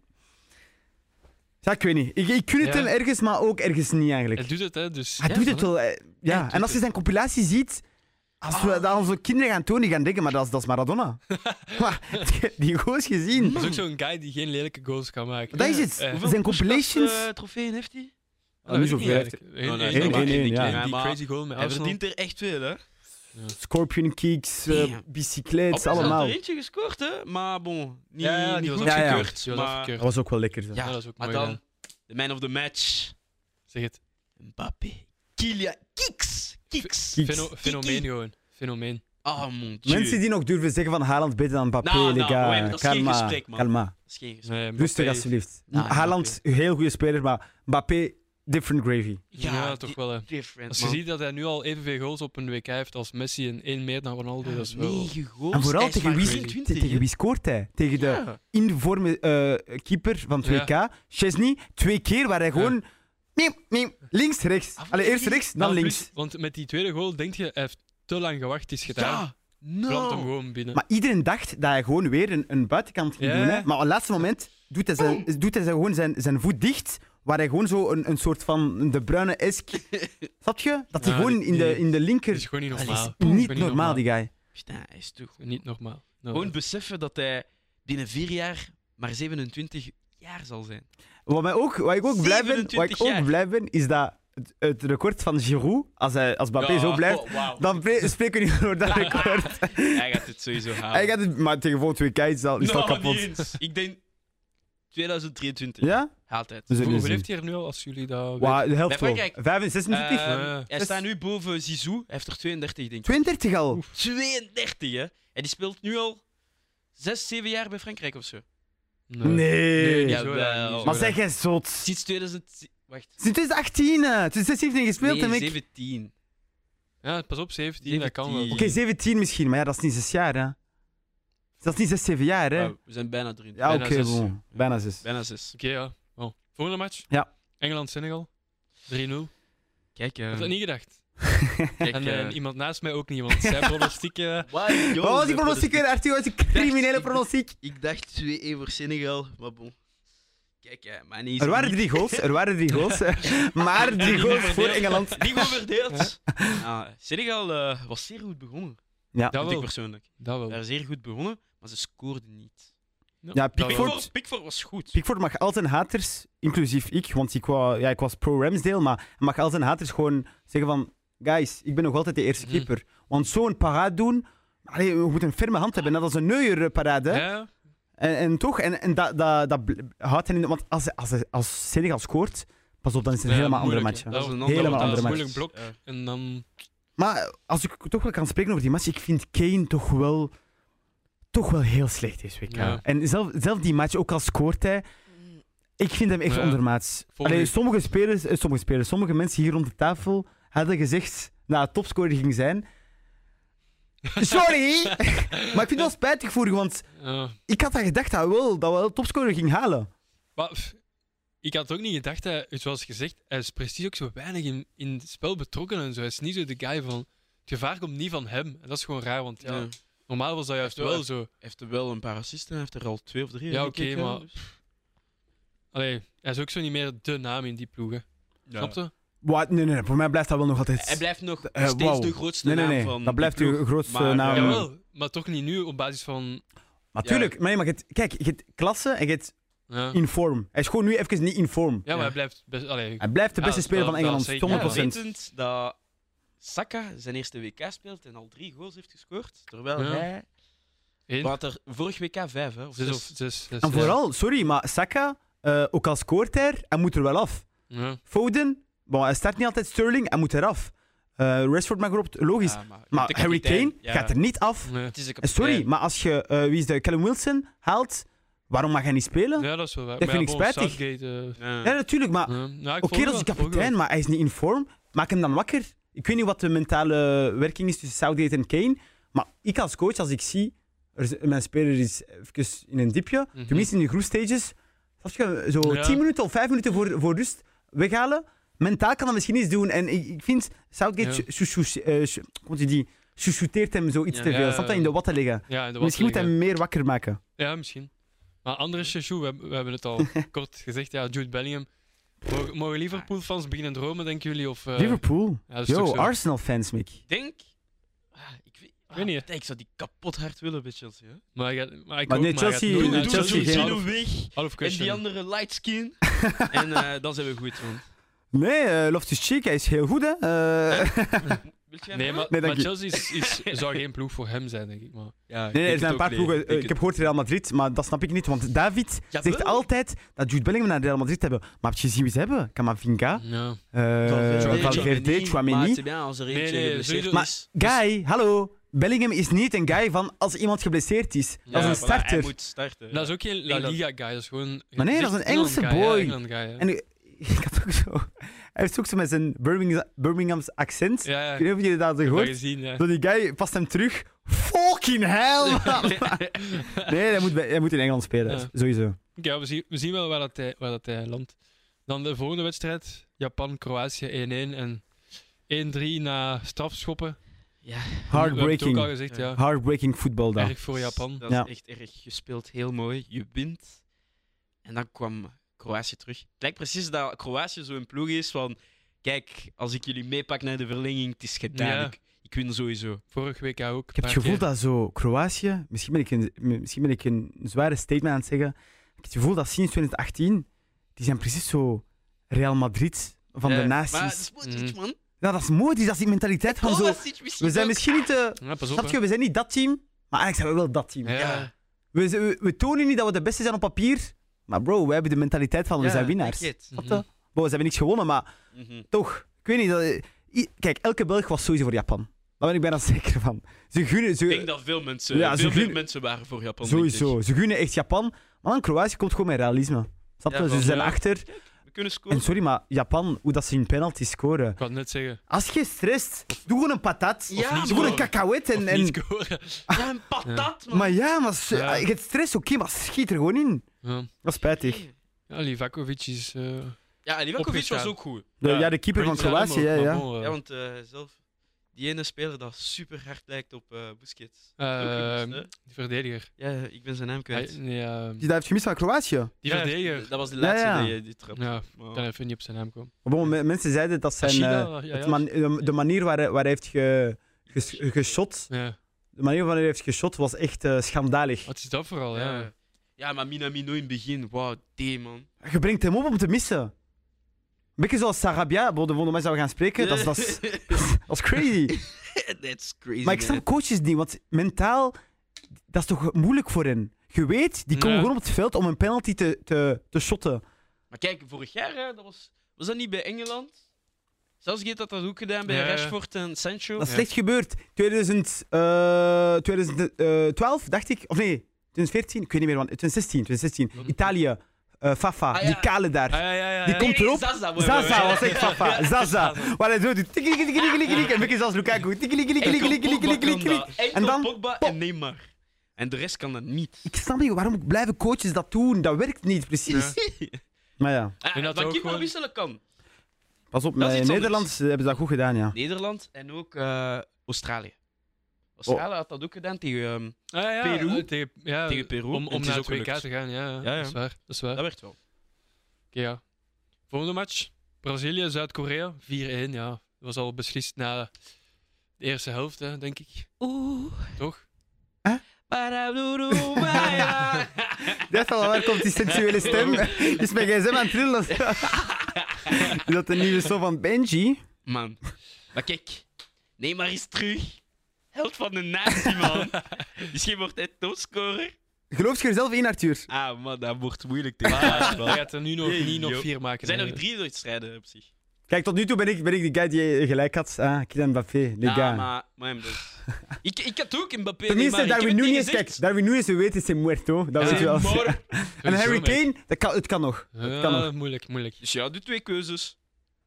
Ja, ik weet niet. Ik, ik kun het
Ja.
hem ergens, maar ook ergens niet eigenlijk.
hij doet het, hè? Dus,
Hij
ja,
doet het
voilà.
wel. eh,
Hij
Ja.
doet
En als je
het.
zijn compilatie ziet,
Ah.
als we dat aan onze kinderen gaan tonen, die gaan denken, maar dat is, dat is Maradona. Maar, die- die goos gezien.
Dat is ook zo'n guy die geen lelijke goals kan maken.
Dat is het.
Eh,
Hoeveel zijn compilations.
eh, trofeeën heeft hij?
dat
niet
weet ik
zoveel,
eigenlijk. Eén-
nee,
één-
één-
één-
één-
één-
één, ja.
één-
Ja,
Die
maar-
crazy goal met
Hij
Arsenal.
verdient er echt veel, hè.
Scorpion kicks, eh,
Damn.
bicyclets,
Op-
allemaal.
Hij had er eentje gescoord, hè. Maar bon, niet,
Ja, ja, die
niet
was
goed
afgekeurd.
gekeurd.
Die was
maar
afgekeurd.
Dat was ook wel lekker. zo.
Ja,
Ja, dat is ook
maar
mooi
dan, de man of the match,
Zeg het.
Mbappé. Kylian, kiks, kiks.
Kicks.
Feno- Fenomeen gewoon. Fenomeen.
Ah, mon dieu.
Mensen die nog durven zeggen van Haaland beter dan Mbappé,
Nou, nou,
les
maar ja,
gars.
dat is geen
Kalma,
gesprek, man.
kalma.
Dat is geen gesprek.
Nee,
Rustig,
Eh, Mbappé-
alsjeblieft.
Nou,
Haaland, heel goede speler, maar Mbappé, different gravy.
Ja, toch wel, hè.
Different,
Als je ziet dat hij nu al evenveel goals op een WK heeft als Messi en één meer dan Ronaldo, dat is wel...
Negen goals.
En vooral
hij is
tegen
maar
wie,
24,
tegen
hè.
wie scoort hij? Tegen de
Ja.
informe eh keeper van 2K, Chesney, twee keer waar hij gewoon. Nee, nee, links, rechts.
Ah,
Allee, eerst
precies.
rechts, dan
Nou, plus-
links.
Want met die tweede goal denk je, hij heeft te lang gewacht, het is gedaan.
Ja,
Plant hem
no.
gewoon binnen.
Maar iedereen dacht dat hij gewoon weer een, een buitenkant ging
Ja.
doen. Hè? Maar op het laatste moment doet hij, zijn, doet hij zijn, gewoon zijn, zijn voet dicht. Waar hij gewoon zo een, een soort van de bruine esk. Snap je? Dat hij
Ja,
gewoon
die-
in de,
die-
in de linker.
Dat is gewoon niet
Dat
normaal.
is
Gewoon
niet normaal, die guy.
Putain, hij is te goed.
Niet normaal. Nou,
Gewoon beseffen dat hij binnen vier jaar maar 27 jaar zal zijn.
Wat, mij ook, wat ik ook blij ben, wat ik
27
ook
jaar.
blij ben, is dat het, het record van Giroud, als, hij, als Mbappé
Ja,
zo blijft,
oh, wauw.
dan pre- spreken we niet over dat record.
Hij gaat het sowieso halen.
Hij gaat het, maar tegen volgende WK is dat, is dat
Nou,
kapot.
niet eens. Ik denk 2023.
Ja?
Haalt hij het.
We zullen
Hoeveel
zien.
heeft hij er nu al, als jullie dat weten?
Wow, de helft
Bij
wel.
Frankrijk.
25?
Eh,
Ja.
hij
Dus-
staat nu boven Zizou. Hij heeft er 32, denk ik.
32 al?
32, hè? En die speelt nu al 6, 7 jaar bij Frankrijk of zo.
Nee.
Nee, niet
Ja,
zo
wel.
lang, niet zo
maar
Maar
lang.
zeg eens zot.
Sinds 2000. Wacht.
Sinds 2018, hè. sinds 2017 gespeeld
nee,
heb ik.
17.
Ja, pas op, 17, dat kan wel.
Oké, 17 misschien, maar ja, dat is niet 6 jaar hè. Dat is niet 6, 7 jaar hè.
Ah, we zijn bijna erin.
Ja,
bijna
oké,
zes.
bon. bijna 6.
Bijna 6.
Oké, ja. Wow. Volgende match?
Ja.
Engeland-Senegal. 3-0.
Kijk, eh,
Had dat niet gedacht?
Kijk,
En,
eh,
eh, iemand naast mij ook niet, want zijn pronostiek... eh,
Wauw, joh,
Wat Oh, was die
mijn
pronostiek weer, Arthur? Wat was die criminele
ik-
pronostiek?
ik dacht 2-1 voor Senegal, maar bon. Kijk, eh, mijn is
Er waren drie goals, er waren drie goals. eh, maar drie goals voor Engeland.
Niet goed verdeeld. Ah, Senegal eh, was zeer goed begonnen.
Ja,
dat
vind ik
wel.
persoonlijk.
Dat
Ze
wel.
waren zeer goed begonnen, maar ze scoorden niet.
Ja,
dat wel.
Pickford-
Pickford, Pickford was goed.
Pickford mag altijd haters, inclusief ik, want ik, wou, ja, ik was pro-Ramsdale, maar hij mag altijd haters gewoon zeggen van guys, ik ben nog altijd de eerste
Mhm.
keeper. Want zo'n parade doen, allee, we moeten een ferme hand hebben, net als een neuer eh, parade. hè.
Ja,
En, en toch, en, en dat, dat, dat bl- houdt hen in... Want als, als, als Senegal scoort, pas op, dan is het een
Ja,
helemaal andere match.
moeilijk,
hè.
hè. Dat
is
was-
ander-
helemaal
dat was
andere
een
match. moeilijk
blok.
En dan...
Maar eh, als ik toch wel kan spreken over die match, ik vind Kane toch wel, toch wel heel slecht deze week.
Ja.
En zelf, zelf die match, ook al scoort hij, ik vind hem echt
Ja.
ondermaats.
Volgende-
Allee, sommige, spelers, eh, sommige spelers, sommige mensen hier rond de tafel hadden gezegd dat het topscorer ging zijn. Sorry! maar ik vind het wel spijtig voor u, want
eh,
ik had dat gedacht dat hij wel, dat wel topscorer ging halen.
Maar, pff, ik had ook niet gedacht, hè, zoals gezegd, hij is precies ook zo weinig in, in het spel betrokken en zo. Hij is niet zo de guy van. Het gevaar komt niet van hem. En dat is gewoon raar, want ja,
Ja.
normaal was dat juist
Echt wel,
wel
hè.
zo.
Hij heeft er wel een paar assisten, hij heeft er al twee of drie.
Ja,
denk
oké,
ik, hè,
maar-
dus-
Allee, hij is ook zo niet meer de naam in die ploegen. Snap je?
Wat? Nee, nee, nee, voor mij blijft dat wel nog altijd.
Hij blijft nog
eh,
steeds
wauw.
de grootste
Nee, nee, nee,
naam van
dat blijft
die
de
ploeg,
grootste
maar,
naam.
eh,
Jawel, maar toch niet nu op basis van.
Natuurlijk, maar, nee, maar je hebt- kijk, je hebt klasse en je hebt
Ja,
in vorm. Hij is gewoon nu even niet in vorm.
ja maar
Ja.
hij blijft best. Allee,
Hij blijft de
Ja,
beste
dat-
speler van
dat
Engeland,
zeker,
100%.
ja.
Wetend dat Saka zijn eerste WK speelt en al drie goals heeft gescoord, terwijl
Ja.
hij...
één,
Wat er vorig WK vijf, hè? Of
zes
zes.
of zes. zes,
En
ja.
vooral, sorry, maar Saka, eh, ook al scoort hij, hij moet er wel af.
Ja.
Foden, bon, hij start niet altijd Sterling, hij moet eraf. Eh Rashford mag erop, logisch.
Ja, maar
maar
de
Harry
kapitein,
Kane
ja.
gaat er niet af.
Nee.
Het is de
En sorry,
kapitein.
maar als je, eh, wie is de Callum Wilson, haalt, waarom mag hij niet spelen? Ja,
ja, dat is wel waar.
Dat
Maar
vind
ja,
ik
bon,
spijtig.
Southgate, eh,
Ja.
natuurlijk, maar
ja. Nou, ik
oké,
volg
dat is
wel,
die
volg
kapitein,
wel.
maar hij is niet in vorm. Maak hem dan wakker. Ik weet niet wat de mentale werking is tussen Southgate en Kane, maar ik als coach, als ik zie, er is- mijn speler is even in een diepje,
Mhm.
tenminste in de groepstages, als je zo
Ja.
10 minuten of 5 minuten voor, voor rust weghalen, mentaal kan dat misschien iets doen. En ik, ik vind Southgate,
Ja.
ja. eh, die, chuchoteert hem zo iets
Ja.
te veel,
Ja.
snap dat in de watten liggen.
Ja, en de
Misschien moet hij
watteling,
hem meer wakker maken.
hè. Ja, misschien. Maar andere Chachou, we, hebben- we hebben het al kort gezegd. Ja, Jude Bellingham. Mogen, mogen Liverpool-fans beginnen dromen, denken jullie? Of, eh,
Liverpool.
Ja, dat is toch
Yo,
zo.
Arsenal-fans, Mick.
Ik denk... Ah, ik weet, ah,
weet niet,
Ik zou die kapot hard willen bij Chelsea, hè?
Maar, hij gaat- maar ik
Maar
ook,
nee,
maar hij
Chelsea-
gaat
Doe-
nooit
doe-
naar
Chelsea
Chelsea
geen-
half-
Gino weg.
half
En
question.
die andere light skin. en eh, dan zijn we goed, man.
Nee, eh, Loftus-Cheek, hij is heel goed, hè. Eh,
Wilt jij
Nee, maar,
Nee,
maar
dank je.
Chelsea is, is, zou geen ploeg voor hem zijn, denk ik. Maar
Nee, nee, er zijn een paar ploegen. eh, ik heb gehoord Real Madrid, maar dat snap ik niet. Want David
Jawel.
zegt altijd dat Jude Bellingham naar Real Madrid hebben. Maar heb je gezien wie ze hebben? Camavinga,
ja.
eh
Valverde,
Valverde,
Maar het
Chouameni.
is bien als er
Nee,
eentje
nee,
geblesseerd
sowieso.
is.
Maar
Guy, hallo. Bellingham is niet een guy van als iemand geblesseerd is.
Ja,
dat is
maar
een starter.
Hij moet starten.
Dat is ook geen La
Engeland.
Liga-guy, dat is gewoon...
Maar nee, dat is een Engelse
Engeland guy,
boy.
Ja, Engeland guy, ja.
En eh, ik had ook zo... Hij heeft ook zo met zijn Birmingham, Birmingham's accent.
ja, ja,
Ik weet niet of jullie dat hadden
heb dat
gehoord.
gezien, ja.
Zo die guy past hem terug. Fucking hell, man. Nee, hij moet, bij- hij moet in Engeland spelen,
Ja.
sowieso.
Ja, we zien, we zien wel waar dat, hij, waar dat hij landt. Dan de volgende wedstrijd. Japan-Kroatië 1-1 en 1-3 na strafschoppen.
Ja,
We hebben het ook al
Heartbreaking.
gezegd,
Ja.
ja.
Heartbreaking voetbal daar.
Erg voor Japan.
Dat
Ja.
is echt erg. Je speelt heel mooi, je wint. En dan kwam Kroatië terug. Het lijkt precies dat Kroatië zo'n ploeg is van... Kijk, als ik jullie meepak naar de verlenging, het is gedaan.
Ja.
Ik, ik win sowieso.
Vorige week ook.
Ik heb het gevoel dat zo Kroatië, misschien ben, ik een, misschien ben ik een zware statement aan het zeggen. Ik heb het gevoel dat sinds 2018, die zijn precies zo Real Madrid van de
Eh, Maar dat
naties.
is Modric,
Mm.
man.
Ja, dat is mooi, dat is die mentaliteit van zo.
Kovacic misschien
We zijn
ook.
misschien niet, eh,
Ja, pas op,
snap
hè.
je, we zijn niet dat team, maar eigenlijk zijn we wel dat team.
Ja.
Ja.
We, zijn- we, we tonen niet dat we de beste zijn op papier, maar bro, we hebben de mentaliteit van we
Ja,
zijn winnaars.
ik weet.
Mhm.
Snap je? Bro, ze hebben niks gewonnen, maar
Mhm.
toch, ik weet niet. Dat, i- kijk, elke Belg was sowieso voor Japan. Daar ben ik bijna zeker van. Ze gunnen, ze,
Ik denk dat veel mensen,
Ja,
veel,
ze
veel
gunnen-
mensen waren voor Japan. denk ik.
sowieso. Ze gunnen echt Japan. Maar dan Kroatië komt gewoon met realisme. Snap je?
Ja,
ze
wel,
zijn
ja.
achter.
We kunnen scoren.
En sorry, maar Japan, hoe dat ze hun penalty scoren.
Ik wou het net zeggen.
Als je strest, doe gewoon een patat.
Ja,
doe
maar-
gewoon een cacahuet.
Of
En, en,
niet scoren.
Ja, een patat, man.
maar ja, maar, s-
Ja.
je hebt stress, oké, maar schiet er gewoon in.
Ja.
Dat is spijtig.
Ja, Livakovic is... eh,
Ja, en Livakovic was
Opgestaan.
ook goed.
De,
Ja.
ja, de keeper van
Prince
Kroatië, ja,
Adam ook, maar
ja.
bon, eh,
Ja, want eh, zelf die ene speler dat super hard lijkt op eh Busquets.
eh,
Ook iemand, hè?
die verdediger.
Ja, ik ben zijn naam
Hij,
kwijt.
nee, eh,
Die daar heeft gemist van Kroatië.
die
Ja,
verdediger.
Dat was de
Ja,
laatste
ja.
die, die trap.
Ja,
Maar-
ik kan even niet op zijn naam komen.
Op een moment- mensen zeiden dat zijn... eh,
Tashida, ja,
het
ja.
man- de- de manier waar hij, waar hij heeft ge, ges- geschot,
Ja.
de manier waarop hij heeft geschot was echt eh, schandalig.
Wat is dat vooral? Ja.
ja. ja, maar Minamino in het begin, wauw, die man.
Je brengt hem op om te missen. Een beetje zoals Sarabia, bo- de volgende mensen zou gaan spreken. Dat is, dat is, dat is crazy.
That's crazy.
Maar ik
man.
snap coaches niet, want mentaal, dat is toch moeilijk voor hen. Je weet, die komen
Ja.
gewoon op het veld om een penalty te, te, te shotten.
Maar kijk, vorig jaar, hè, dat was, was dat niet bij Engeland? Zelfs Geet had dat ook gedaan bij
Ja, ja.
Rashford en Sancho.
Dat
Ja.
is slecht gebeurd. 2000, eh, 2012, dacht ik. Of nee, 2014, ik weet niet meer. Want, 2016, 2016. Italië, eh, Fafa,
Ah, ja.
die kale daar.
Ah, ja, ja, ja,
Die
ja.
komt erop.
Zaza, wou-
Zaza
wou-
was echt papa. Zaza. Waar hij zo doet. tikkie, tikkie, tikkie, tikkie, tikkie. Een beetje zoals Lukaku. Tikkie, tikkie, tikkie,
Enkel
tikkie, tikkie,
Pogba
tikkie,
kan
tikkie,
dat.
tikkie.
Enkel
En dan-
Pogba en Neymar. En de rest kan dat niet.
Ik snap niet waarom blijven coaches dat doen. Dat werkt niet precies. Maar ja,
Ah,
En dat
dat
ook
keeper
gewoon-
wisselen kan.
pas op.
Dat is
In
iets
Nederland
anders.
hebben ze dat goed gedaan, ja.
Nederland en ook eh, Australië. Australië had dat ook gedaan tegen... ehm,
Ah, ja, ja,
Peru.
eh, Tegen, ja,
Tegen Peru. En
Om,
het
om
is
naar
ook
het WK
gelukt.
te gaan, ja. ja,
Ja, ja.
Dat is waar. Dat is waar.
dat werkt wel.
Oké, ja. Volgende match. Brazilië, Zuid-Korea. 4-1, ja. Dat was al beslist na de eerste helft, hè, denk ik.
Oeh.
Toch?
Paradoeroemaya.
Dat is al waar komt die sensuele stem. Is mijn gsm aan het trillen. Is dat de nieuwe song van Benji?
Man. Maar kijk. Neymar is terug. Held van de natie, man. Misschien wordt hij topscorer.
Geloof je er zelf in, Arthur?
Ah, man, dat wordt moeilijk tegen
Maar hij
Duitsland.
gaat er nu nog,
Jee,
niet nog
joh.
vier
Er
maken.
zijn
hè.
nog drie wedstrijden op zich.
Kijk, tot nu toe ben ik, ben ik de guy die eh, gelijk had. Ah, Kylian Mbappé,
Ja,
les gars.
maar... maar hem dus. ik, ik had ook een Mbappé
Tenminste,
Neymar. Ik
Darwin
heb het niet
Nunes,
gezegd.
kijk, Darwin Nunes, we weten, is een muerto. Dat
Ja,
weet je wel.
maar-
En
Sowieso,
Harry
mate.
Kane, dat kan, het kan nog. Het kan
Ja,
nog.
moeilijk, moeilijk.
Dus ja, de twee keuzes.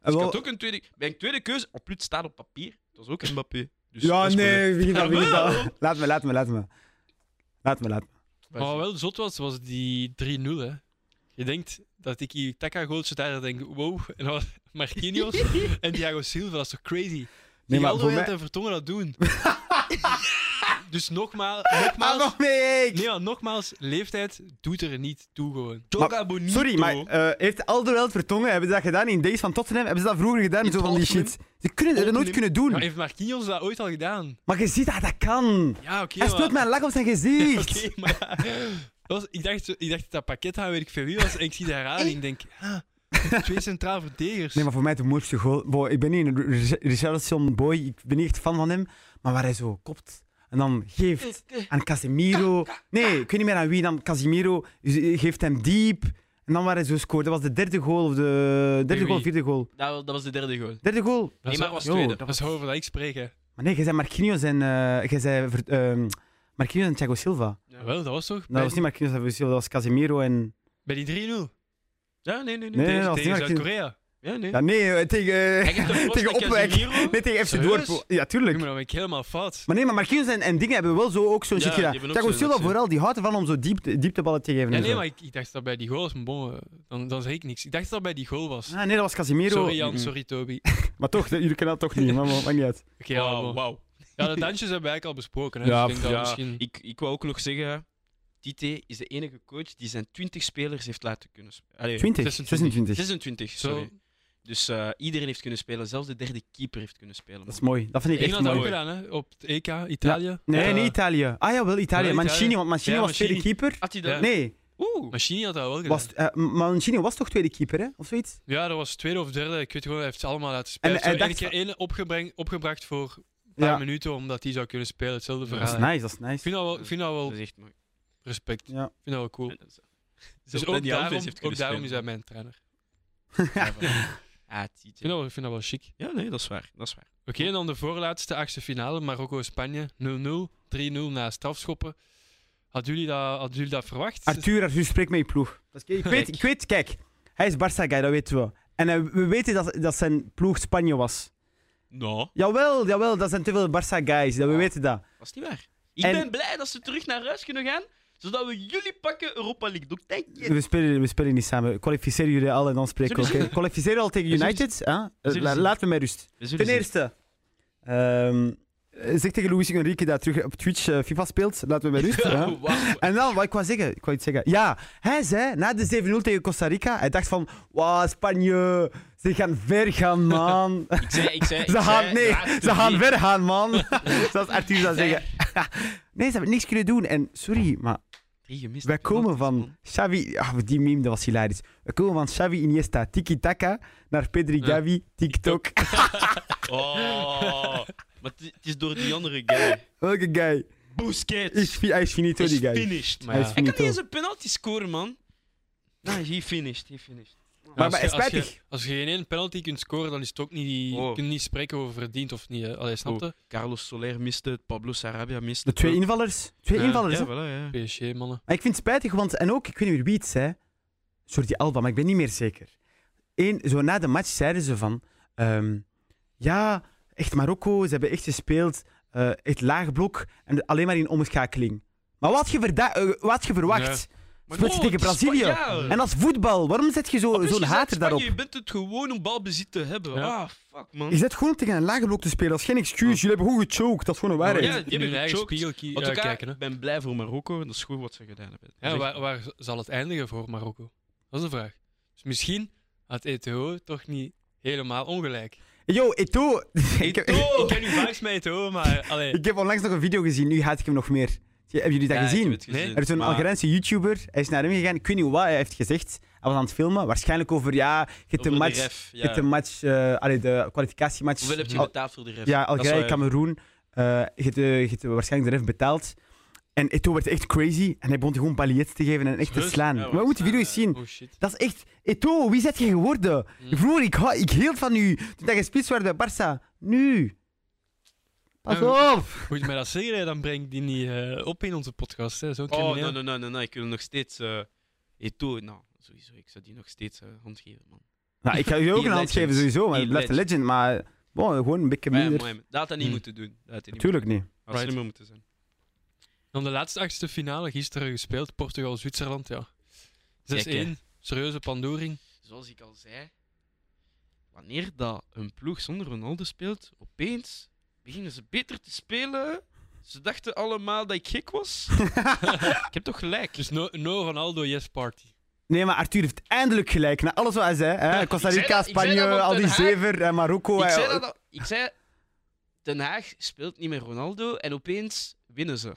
En
Dus ik
Ah, wel-
had ook een tweede... Mijn tweede keuze, op plus het staat op papier. Dat is ook Mbappé. Dus
ja,
dat is moeilijk.
nee, wie dat, wie
Jawel.
dat. Laat me, laat me, laat me. Laat me, laat me.
Maar wat wel zot was, was die 3-0, hè. Je denkt dat ik die Taka-goaltje daar denk, wow. En dan Marquinhos en Thiago Silva, dat is toch crazy?
Nee,
Nee,
maar
maar
voor mij-
en Vertongen dat doen. dus nogmaals, nogmaals,
Ah, nog mee!
nee, maar nogmaals, leeftijd doet er niet toe gewoon.
Toga Bonito.
Sorry, maar eh, heeft Alderweireld vertongen? Hebben ze dat gedaan in Days van Tottenham? Hebben ze dat vroeger gedaan?
In
Zo van die
Tottenham?
shit. Ze kunnen dat nooit
Tottenham?
kunnen doen.
Maar heeft Marquinhos dat ooit al gedaan?
Maar je ziet dat dat kan.
Ja, oké.
Hij
maar-
speelt met een lach op zijn
Oké,
gezicht.
maar... Dat was, ik, dacht, ik dacht dat dat pakket aan weet ik veel wie was. En ik zie daar aan en ik denk, ah, twee centraal verdedigers.
Nee, maar voor mij de mooiste goal. Boy, ik ben niet een Ri- Richarlison boy. Ik ben niet echt fan van hem. Maar waar hij zo kopt en dan geeft aan Casemiro. Nee, ik weet niet meer aan wie dan. Casemiro Dus, eh, geeft hem diep. En dan waar hij zo scoort. Dat was de derde goal of de derde
Tegen
goal,
wie?
vierde goal.
Dat, wa- dat was de derde goal.
Derde goal.
Dat is-
Neymar was
Yo,
tweede.
Dat is over dat ik spreek, hè.
Maar nee, jij zei Marquinhos en eh jij zei ver- ehm, Marquinhos en Thiago Silva. Nou,
Ja.
Wel, dat was toch?
dat was niet Marquinhos en Thiago Silva, dat was Casemiro en.
Bij die 3-0.
Ja, nee, nee,
Nee,
nee.
dat was niet
tegen
Marquinhos.
Zuid-Korea.
Ja, nee.
Ja, nee, eh, tegen
Hij geeft een
eh,
cross
tegen
naar
Opwek.
Casemiro.
Nee, tegen FC
Serieus?
Dorp. Ja,
Ik
tuurlijk.
ben ik helemaal fout.
Maar nee, maar Marquinhos en, en dingen hebben wel zo ook zo'n
Ja,
shit
die
gedaan.
hebben ook
Thiago
zo'n-
Silva
zo'n-
vooral, die houdt ervan om zo diep, diepteballen te geven.
Ja,
en
nee,
zo.
maar ik, ik dacht dat bij die goal was, maar bon, eh, dan, dan zeg ik niks. Ik dacht dat dat bij die goal was.
Ah, nee, dat was Casemiro.
Sorry Jan,
Mm.
sorry Toby.
Maar toch, dat- jullie kennen dat toch niet, maar maakt niet uit.
Oké, ja,
Wauw,
bon.
wauw.
ja, de dansjes hebben we eigenlijk al besproken. Hè.
Ja,
dus ik denk
ja.
dat misschien...
Ik, ik wou ook nog zeggen, Tite is de enige coach die zijn 20 spelers heeft laten kunnen spelen. Allee,
20,
26.
26.
26,
Zo,
sorry. Dus eh, iedereen heeft kunnen spelen, zelfs de derde keeper heeft kunnen spelen.
Dat is
man.
mooi, dat vind ik
ik
echt
had dat ook
mooi.
gedaan, hè. Op het EK, Italië.
Nee,
Eh,
niet Italië. Ah ja, wel Italië.
Wel
Mancini,
Italië.
want Mancini
Ja,
was tweede
Mancini.
keeper.
Had hij
Ja.
dat?
Nee,
Oeh.
Machini had dat wel gedaan.
was, eh, Mancini was toch tweede keeper, hè? Of zoiets?
Ja, dat was tweede of derde. Ik weet gewoon, hij heeft ze allemaal laten spelen.
En-
En, en,
en dacht-
keer één opgebreng- opgebracht voor een paar
Ja.
minuten, omdat hij zou kunnen spelen. Hetzelfde
Ja,
Dat is
verhaal.
nice, dat is
Ik
nice.
vind dat wel, ik vind dat
Dat
wel
is echt mooi.
respect. Ik
Ja.
vind dat wel cool.
Ja, dat is-
Dus
Zelfs dat
ook
die
daarom,
Alves heeft
ook
kunnen
daarom is hij mijn
spelen.
trainer.
Ah,
Ik vind
Tite.
dat, wel- ik vind dat wel chic.
Ja, nee, dat is waar. Dat is waar.
Oké, en dan de voorlaatste achtste finale, Marokko-Spanje. 0-0, 3-0 na strafschoppen. Hadden jullie dat, hadden jullie dat verwacht?
Arthur, Arthur, spreek met je ploeg. Dat is- ik, weet, ik weet, kijk, hij is Barça-guy, dat weten we. En hij- we weten dat, dat zijn ploeg Spanje was.
Nou,
Jawel, jawel, dat zijn te veel Barça-guys, dat we
Ah.
weten dat.
dat is niet waar. Ik
En-
ben blij dat ze terug naar huis kunnen gaan, Zodat we jullie pakken Europa League. Doe thank you.
We spelen, we spelen niet samen. Kwalificeer jullie al en dan spreken we.
Zullen
oké? Kwalificeer al tegen
We zullen
United. Hè? Eh,
zullen
la-
zien.
Laat me met rust.
We zullen
Ten
zien.
eerste, ehm, zeg tegen Luis Enrique dat terug op Twitch eh, FIFA speelt. Laten we met rust. hè?
Ja, wauw.
En dan, wat ik wou zeggen, ik wou iets zeggen. Ja, hij zei na de 7-0 tegen Costa Rica, hij dacht van, wauw, Spanje, ze gaan ver gaan, man.
Ik zei, ik zei, ik
Ze gaan,
zei,
nee,
laatste
ze gaan
week.
ver gaan, man. Zoals Arthur zou
Ik zei,
zeggen. Nee, ze hebben niks kunnen doen. En sorry, maar
Drie gemist.
wij komen
Mm.
van Xavi... Ah, die meme, dat was hilarisch. We komen van Xavi Iniesta, tiki-taka, naar Pedri
Ja.
Gavi, TikTok.
Oh. Maar het het is door die andere guy.
Welke guy?
Busquets.
Is, fi- hij is finito,
is
die guy.
finished.
Maar
Hij
ja.
is
Ik
Hij kan niet
finito.
eens een penalty scoren, man. Nee, he finished, he finished.
Maar,
als
maar
je- als je-
spijtig.
Als je geen één penalty kunt scoren, dan is het ook niet,
Oh.
je kunt niet spreken over verdiend of niet. hè. Allee, snap
Oh.
je?
Carlos Soler miste het, Pablo Sarabia miste
De
het.
twee invallers. Twee
Ja,
invallers,
Ja,
hè.
voilà, ja.
PSG, mannen.
Maar ik vind het spijtig, want... En ook, ik weet niet meer wie het zei. Sorry, die Alba, maar ik ben niet meer zeker. Eén, zo na de match zeiden ze van... ehm, ja, echt Marokko, ze hebben echt gespeeld. eh echt laag blok en alleen maar in omschakeling. Maar wat had je, verda- eh, wat had je verwacht? Speelt je
Oh,
tegen
het is
Brazilië?
Spa- ja.
En als voetbal, waarom zet je zo-
Plus,
zo'n
je zegt
hater
Spanje,
daarop?
Je bent het gewoon om balbezit te hebben.
Ja.
Ah, fuck, man.
Je zet gewoon om tegen een lage blok te spelen. Dat is geen excuus. Jullie hebben gewoon gechoked. Dat is gewoon een waarheid.
Ja, die
in
hebben
hun eigen
gechoked.
spiegel ki-
Want
eh,
ook, ja,
kijken. Hè.
ik ben blij voor Marokko. Dat is goed wat ze gedaan hebben.
Ja, waar, waar z- zal het eindigen voor Marokko? Dat is de vraag. Dus misschien had E ETO toch niet helemaal ongelijk.
Yo, Eto. ik, heb,
Ik ken nu vaak met ETO,
Ah,
maar allee.
ik heb onlangs nog een video gezien. Nu haat ik hem nog meer. Hebben jullie dat gezien?
gezien,
Er is een Algerijnse YouTuber, hij is naar hem gegaan. Ik weet niet wat hij heeft gezegd. Hij was aan het filmen. Waarschijnlijk over, ja, je hebt een match, je hebt een match eh, allee, de kwalificatiematch.
Hoeveel heb je
Al-
betaald voor de ref?
Ja,
Dat zou
Algerije,
je-
Cameroen. Eh, je hebt, eh, je hebt waarschijnlijk de ref betaald. En Eto werd echt crazy. En hij begon gewoon palliets te geven en echt te
Serieus?
slaan.
Ja,
maar we
wat
moeten die video
slaan,
eens zien.
Oh shit.
Dat is echt... Eto, wie zet je geworden?
Mm.
Vroeger, ik, hou- ik hield van u. Toen dat je spits werd bij Barça. Nu. Pas
Ja,
op.
Moet je mij dat zeggen, hè? dan breng ik die niet eh, op in onze podcast. hè. Zo'n
Oh, nee,
crimineel.
nee, nee, nee, nee. Ik wil nog steeds... eh Eto'o, nou, sowieso. Ik zou die nog steeds eh, hand geven, man.
Nou, ik ga je ook
Die
een hand
legend.
geven sowieso. Maar
Die
het blijft een
legend.
legend. Maar bon, gewoon een beetje
Maar Ah ja,
minder.
mooi, man. dat had
Hmm.
hij niet
Hm.
moeten doen. Dat had hij niet
Natuurlijk niet.
moeten doen. Had
Right.
slimmer moeten zijn.
Dan de laatste achtste finale gisteren gespeeld. Portugal-Zwitserland, ja. 6-1.
Kijk,
Serieuze pandoering.
Zoals ik al zei, wanneer dat een ploeg zonder Ronaldo speelt, opeens beginnen ze beter te spelen. Ze dachten allemaal dat ik gek was. ik heb toch gelijk.
Dus no, no Ronaldo, yes party.
Nee, maar Arthur heeft eindelijk gelijk. Na alles wat hij zei. Hè? Costa
Ik zei
Rica,
dat- ik zei
Spanje,
dat, want
al die
Den Haag-
zever. En Marokko. eh,
ik,
hè.
zei dat al- ik zei, Den Haag speelt niet meer Ronaldo en opeens winnen ze.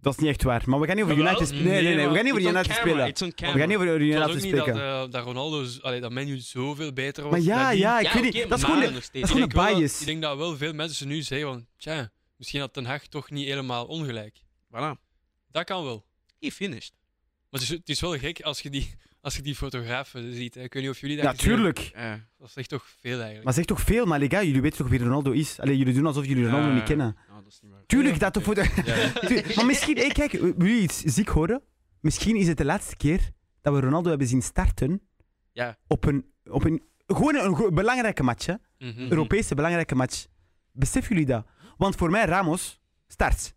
Dat is niet echt waar. Maar we gaan niet over United spelen. Nee, nee, nee. We gaan niet over
It's on
United
camera,
spelen.
It's on
We gaan niet
camera.
over
Het was
United
ook niet dat,
spreken.
eh, dat Ronaldo, z- allee, dat menu zoveel beter was.
Maar ja,
nadien.
ja,
Ik
Ah, ik weet niet.
oké,
Dat is
maar
gewoon een-
nog
dat
steeds.
is gewoon
denk
een
wel dat-
bias.
Ik denk dat wel veel mensen nu zeggen van, tja, misschien had Ten Hag toch niet helemaal ongelijk.
Voilà,
Dat kan wel.
he finished.
Maar het is, het is wel gek als je die, als je die fotografen ziet. Hè. Ik weet niet of jullie dat
Ja,
gezien
tuurlijk.
Eh,
hebben. Dat zegt toch veel eigenlijk.
Maar zeg toch veel, maar les gars, jullie weten toch wie Ronaldo is? Allee, jullie doen alsof jullie Ronaldo
eh,
niet kennen.
nou, dat is niet waar.
Tuurlijk dat de foto.
Ja.
Tuur- Maar misschien, hey, kijk, wil je iets ziek horen? Misschien is het de laatste keer dat we Ronaldo hebben zien starten
Ja.
op een. Op een gewoon een go- belangrijke match, hè?
Mhm.
Europese belangrijke match. Besef jullie dat? Want voor mij, Ramos, start.